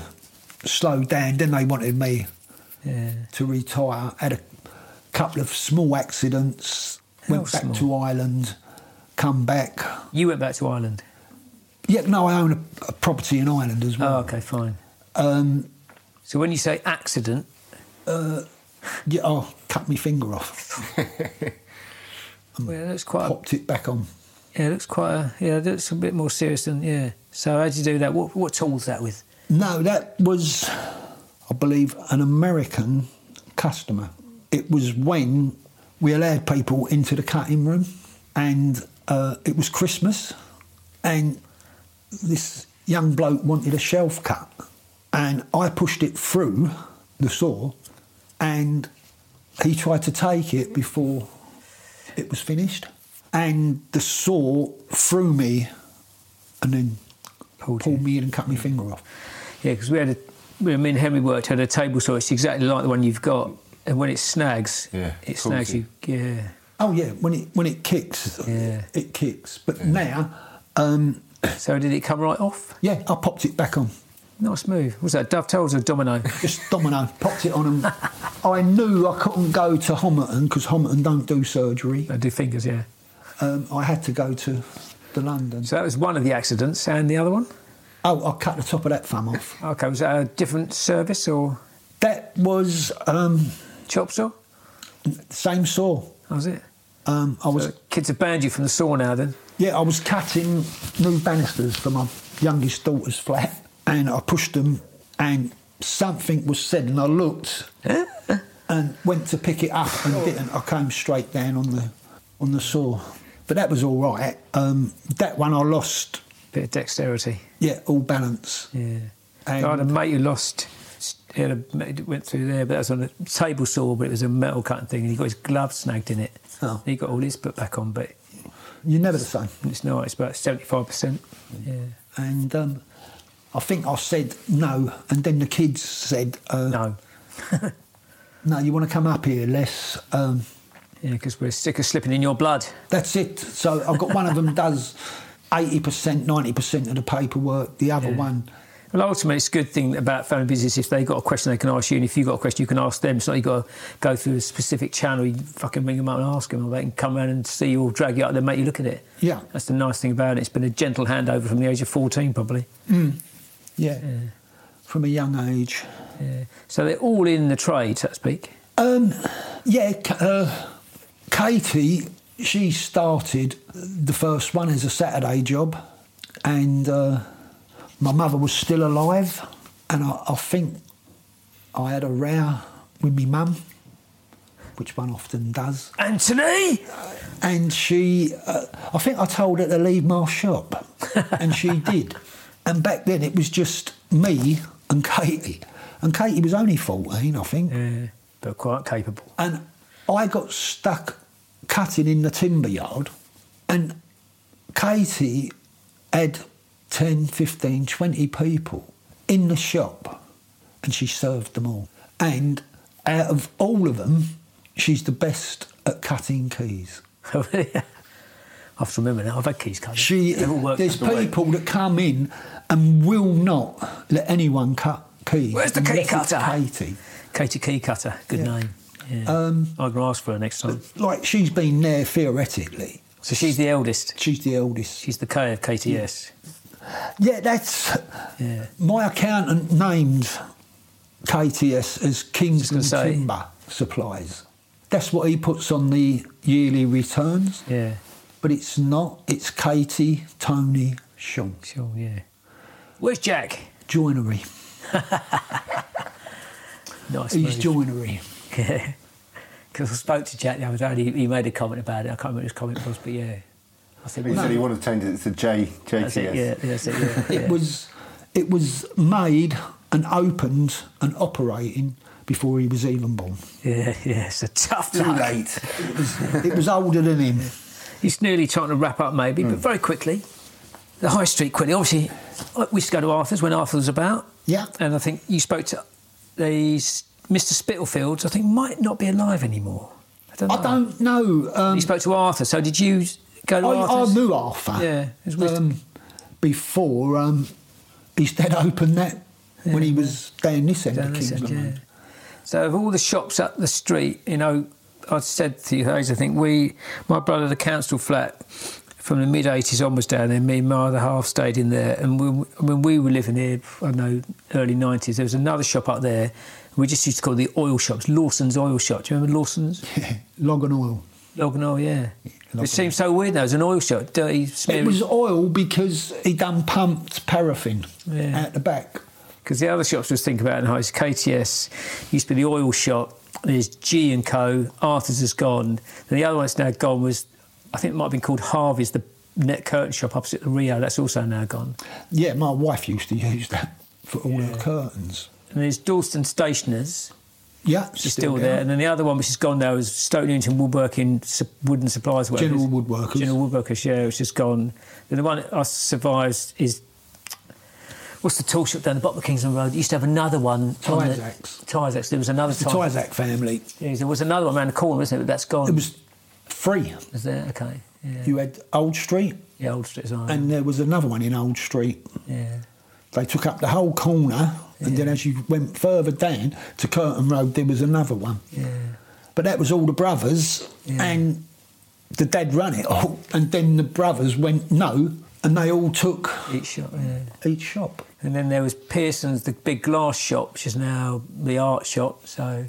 [SPEAKER 4] slow down." Then they wanted me
[SPEAKER 3] yeah,
[SPEAKER 4] to retire. Had a couple of small accidents. went
[SPEAKER 3] How
[SPEAKER 4] back to Ireland. Come back.
[SPEAKER 3] you went back to Ireland.
[SPEAKER 4] Yeah, no, I own a, a property in Ireland as
[SPEAKER 3] Oh,
[SPEAKER 4] well.
[SPEAKER 3] okay, fine.
[SPEAKER 4] Um,
[SPEAKER 3] So, when you say accident,
[SPEAKER 4] yeah, oh, cut my finger off.
[SPEAKER 3] well, it looks quite. A,
[SPEAKER 4] Mm. Popped it back on.
[SPEAKER 3] yeah, it looks quite. A, yeah, it looks a bit more serious than yeah. So, how would you do that? What what tools that with?
[SPEAKER 4] No, that was, I believe, an American customer. It was when we allowed people into the cutting room, and uh, it was Christmas, and this young bloke wanted a shelf cut, and I pushed it through the saw, and he tried to take it before it was finished, and the saw threw me, and then
[SPEAKER 3] Pulled
[SPEAKER 4] pulled,
[SPEAKER 3] you.
[SPEAKER 4] me in and cut my finger off.
[SPEAKER 3] Yeah, because we had a, we, me and Henry worked had a table saw. It's exactly like the one you've got, and when it snags,
[SPEAKER 5] Yeah,
[SPEAKER 3] it
[SPEAKER 5] pulls
[SPEAKER 3] snags you.
[SPEAKER 5] you.
[SPEAKER 3] Yeah,
[SPEAKER 4] Oh yeah, when it when it kicks,
[SPEAKER 3] Yeah.
[SPEAKER 4] it kicks. But now, um,
[SPEAKER 3] So did it come right off?
[SPEAKER 4] yeah, I popped it back on.
[SPEAKER 3] Nice move. Was that dovetails or domino?
[SPEAKER 4] Just domino, popped it on, and I knew I couldn't go to Homerton because Homerton don't do surgery.
[SPEAKER 3] I do fingers, yeah.
[SPEAKER 4] Um, I had to go to the London.
[SPEAKER 3] So that was one of the accidents, and the other one.
[SPEAKER 4] Oh, I cut the top of that thumb off.
[SPEAKER 3] Okay, was that a different service or
[SPEAKER 4] That was um,
[SPEAKER 3] chop saw?
[SPEAKER 4] same saw.
[SPEAKER 3] That was it?
[SPEAKER 4] Um, I was
[SPEAKER 3] So kids have banned you from the saw now, then.
[SPEAKER 4] Yeah, I was cutting new banisters for my youngest daughter's flat, and I pushed them, and something was said, and I looked, and went to pick it up, and didn't. I came straight down on the on the saw, but that was all right. Um, that one I lost.
[SPEAKER 3] Bit of dexterity.
[SPEAKER 4] Yeah, all balance.
[SPEAKER 3] Yeah.
[SPEAKER 4] And-
[SPEAKER 3] I had a mate who lost. He had a mate that went through there, but that was on a table saw, but it was a metal cutting thing, and he got his glove snagged in it.
[SPEAKER 4] Oh.
[SPEAKER 3] He got all his put back on, but
[SPEAKER 4] You're never the same.
[SPEAKER 3] it's not. It's about seventy-five percent. Yeah.
[SPEAKER 4] And um, I think I said no, and then the kids said, uh, no.
[SPEAKER 3] No.
[SPEAKER 4] you want to come up here, Les." Um,
[SPEAKER 3] Yeah, because we're sick of slipping in your blood.
[SPEAKER 4] That's it. So I've got one of them does 80%, 90% of the paperwork, the other
[SPEAKER 3] Yeah.
[SPEAKER 4] one.
[SPEAKER 3] Well, ultimately, it's a good thing about family business. If they got a question, they can ask you, and if you got a question, you can ask them. It's not you got to go through a specific channel. You fucking ring them up and ask them, or they can come round and see you, or drag you out there, and make you look at it.
[SPEAKER 4] Yeah.
[SPEAKER 3] that's the nice thing about it. It's been a gentle handover from the age of fourteen, probably.
[SPEAKER 4] Yeah. From a young age.
[SPEAKER 3] Yeah. So they're all in the trade, so to speak.
[SPEAKER 4] Um, yeah, K- uh, Katie, she started the first one as a Saturday job, and uh, my mother was still alive, and I, I think I had a row with my mum, which one often does.
[SPEAKER 3] Anthony,
[SPEAKER 4] and she, uh, I think I told her to leave my shop, and she did. And back then it was just me and Katie, and Katie was only 14, I think.
[SPEAKER 3] yeah, but quite capable.
[SPEAKER 4] And I got stuck cutting in the timber yard, and Katie had 10, 15, 20 people in the shop, and she served them all. And out of all of them, she's the best at cutting keys.
[SPEAKER 3] I have to remember now. I've had keys cut.
[SPEAKER 4] She,
[SPEAKER 3] They've all worked
[SPEAKER 4] there's
[SPEAKER 3] out the way.
[SPEAKER 4] people that come in and will not let anyone cut keys.
[SPEAKER 3] Where's the key
[SPEAKER 4] unless it's
[SPEAKER 3] cutter?
[SPEAKER 4] Katie.
[SPEAKER 3] Katie Key Cutter, good
[SPEAKER 4] Yeah.
[SPEAKER 3] name. Yeah. Um, I can ask for her next time.
[SPEAKER 4] Like she's been there theoretically.
[SPEAKER 3] So she's the eldest.
[SPEAKER 4] She's the eldest.
[SPEAKER 3] She's the K of KTS.
[SPEAKER 4] Yeah, that's
[SPEAKER 3] Yeah.
[SPEAKER 4] my accountant named KTS as Kingston
[SPEAKER 3] Just gonna say.
[SPEAKER 4] Timber Supplies. That's what he puts on the yearly returns,
[SPEAKER 3] Yeah.
[SPEAKER 4] but it's not. It's Katie, Tony, Sean.
[SPEAKER 3] Sure, yeah. Where's Jack?
[SPEAKER 4] Joinery.
[SPEAKER 3] Nice.
[SPEAKER 4] He's
[SPEAKER 3] move.
[SPEAKER 4] joinery.
[SPEAKER 3] Yeah. Because I spoke to Jack the other day and he, he made a comment about it. I can't remember what his comment was, but yeah. I think
[SPEAKER 5] He said he wanted to change it to J,
[SPEAKER 3] that's it,
[SPEAKER 5] JTS.
[SPEAKER 3] yeah, that's it, yeah. yeah.
[SPEAKER 4] It was it was made and opened and operating before he was even born.
[SPEAKER 3] yeah, yeah, it's a tough
[SPEAKER 5] Too
[SPEAKER 3] luck.
[SPEAKER 5] late.
[SPEAKER 4] It was, it was older than him.
[SPEAKER 3] He's nearly trying to wrap up, maybe, but very quickly. The high street quickly. Obviously, I- we used to go to Arthur's when Arthur was about.
[SPEAKER 4] Yeah.
[SPEAKER 3] And I think you spoke to the s- Mr. Spitalfields. I think might not be alive anymore. I don't know.
[SPEAKER 4] I don't know. Um,
[SPEAKER 3] You spoke to Arthur. So did you go to
[SPEAKER 4] I, I
[SPEAKER 3] Arthur's?
[SPEAKER 4] knew Arthur.
[SPEAKER 3] Yeah, it's weird.
[SPEAKER 4] um, before um, his dad opened that when he was down this end
[SPEAKER 3] Down
[SPEAKER 4] of
[SPEAKER 3] this end,
[SPEAKER 4] Kingsland.
[SPEAKER 3] yeah. So of all the shops up the street, you know, I said to you, Hayes, I think we, my brother, the council flat, from the mid '80s onwards down there, me and my other half stayed in there. And when, when we were living here, I don't know early '90s, there was another shop up there. We just used to call it the oil shops, Lawson's oil shop. Do you remember Lawson's?
[SPEAKER 4] Logan oil.
[SPEAKER 3] Logan Oil, yeah.
[SPEAKER 4] Logan
[SPEAKER 3] It seems so weird though. It's an oil shop, dirty,
[SPEAKER 4] It
[SPEAKER 3] smeary.
[SPEAKER 4] was oil because he done pumped paraffin
[SPEAKER 3] Yeah.
[SPEAKER 4] out the back.
[SPEAKER 3] Because the other shops we was thinking about in Heights, KTS used to be the oil shop. There's G and Co. Arthur's has gone. And the other one that's now gone was, I think it might have been called Harvey's, the net curtain shop opposite the Rio. That's also now gone.
[SPEAKER 4] Yeah, my wife used to use that for all her curtains.
[SPEAKER 3] And there's Dalston Stationers,
[SPEAKER 4] Yeah,
[SPEAKER 3] which is still there. And then the other one which is gone now is Stoke Newington Woodworking Su- Wooden Supplies. or whatever it
[SPEAKER 4] General
[SPEAKER 3] is.
[SPEAKER 4] Woodworkers.
[SPEAKER 3] General Woodworkers, yeah, which is gone. Then the one that I survives is. What's the tool shop down the bottom of Kingsland Road? It used to have another one. on the-
[SPEAKER 4] Tysac's.
[SPEAKER 3] Tysac's. There was another
[SPEAKER 4] The
[SPEAKER 3] Tysac's.
[SPEAKER 4] Tyzak family.
[SPEAKER 3] Yeah, there was another one around the corner, wasn't it? But that's gone.
[SPEAKER 4] It was free.
[SPEAKER 3] Is there? Okay. Yeah.
[SPEAKER 4] You had Old Street,
[SPEAKER 3] Yeah, Old Street Design.
[SPEAKER 4] and there was another one in Old Street.
[SPEAKER 3] yeah.
[SPEAKER 4] They took up the whole corner, and then as you went further down to Curtin Road, there was another one.
[SPEAKER 3] Yeah.
[SPEAKER 4] But that was all the brothers,
[SPEAKER 3] Yeah.
[SPEAKER 4] and the dad ran it all. And then the brothers went no, and they all took
[SPEAKER 3] Each shop. Yeah.
[SPEAKER 4] each shop.
[SPEAKER 3] And then there was Pearson's, the big glass shop, which is now the art shop. So,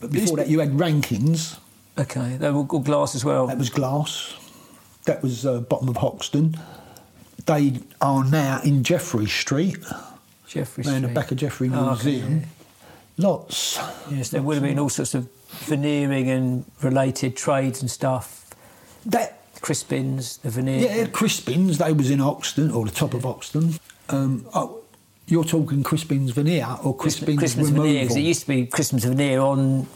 [SPEAKER 4] But before that, you had Rankins.
[SPEAKER 3] okay, they were all glass as well.
[SPEAKER 4] That was Glass. That was uh, bottom of Hoxton. They are now in Jeffrey Street,
[SPEAKER 3] Jeffrey
[SPEAKER 4] round the
[SPEAKER 3] Street.
[SPEAKER 4] back of Jeffrey
[SPEAKER 3] Oh, okay,
[SPEAKER 4] Museum. Lots.
[SPEAKER 3] Yes, there would have been all sorts of veneering and related trades and stuff.
[SPEAKER 4] That
[SPEAKER 3] Crispins, the veneer.
[SPEAKER 4] Yeah, Crispins. They was in Oxton or the top of Oxton. Um, oh, you're talking Crispins veneer or
[SPEAKER 3] Christmas,
[SPEAKER 4] Crispins
[SPEAKER 3] Christmas
[SPEAKER 4] removal.
[SPEAKER 3] veneer, because it used to be Christmas veneer on,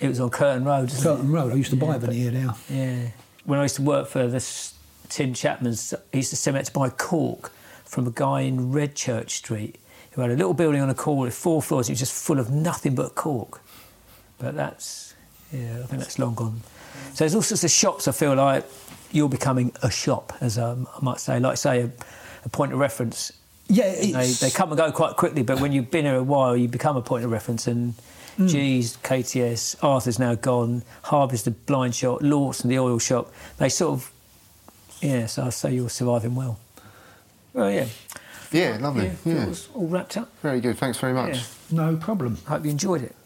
[SPEAKER 3] it was on Curtain Road, isn't it?
[SPEAKER 4] Curtain Road. I used to buy
[SPEAKER 3] Yeah, but-
[SPEAKER 4] veneer there.
[SPEAKER 3] Yeah. When I used to work for this Tim Chapman's, he used to send me out to buy cork from a guy in Redchurch Street who had a little building on a corner with four floors. It was just full of nothing but cork. But that's, yeah, I think that's long gone. So there's all sorts of shops. I feel like you're becoming a shop, as um, I might say, like say a, a point of reference.
[SPEAKER 4] Yeah,
[SPEAKER 3] They,
[SPEAKER 4] it's,
[SPEAKER 3] they come and go quite quickly, but when you've been here a while, you become a point of reference. And geez, KTS, Arthur's now gone, Harvey's the blind shop, Lawson the oil shop. They sort of, yeah, so I say you're surviving well. Well, yeah,
[SPEAKER 5] Yeah, lovely.
[SPEAKER 3] yeah,
[SPEAKER 5] Yeah,
[SPEAKER 3] It was all wrapped up.
[SPEAKER 5] Very good. Thanks very much.
[SPEAKER 3] Yeah.
[SPEAKER 4] no problem.
[SPEAKER 3] Hope you enjoyed it.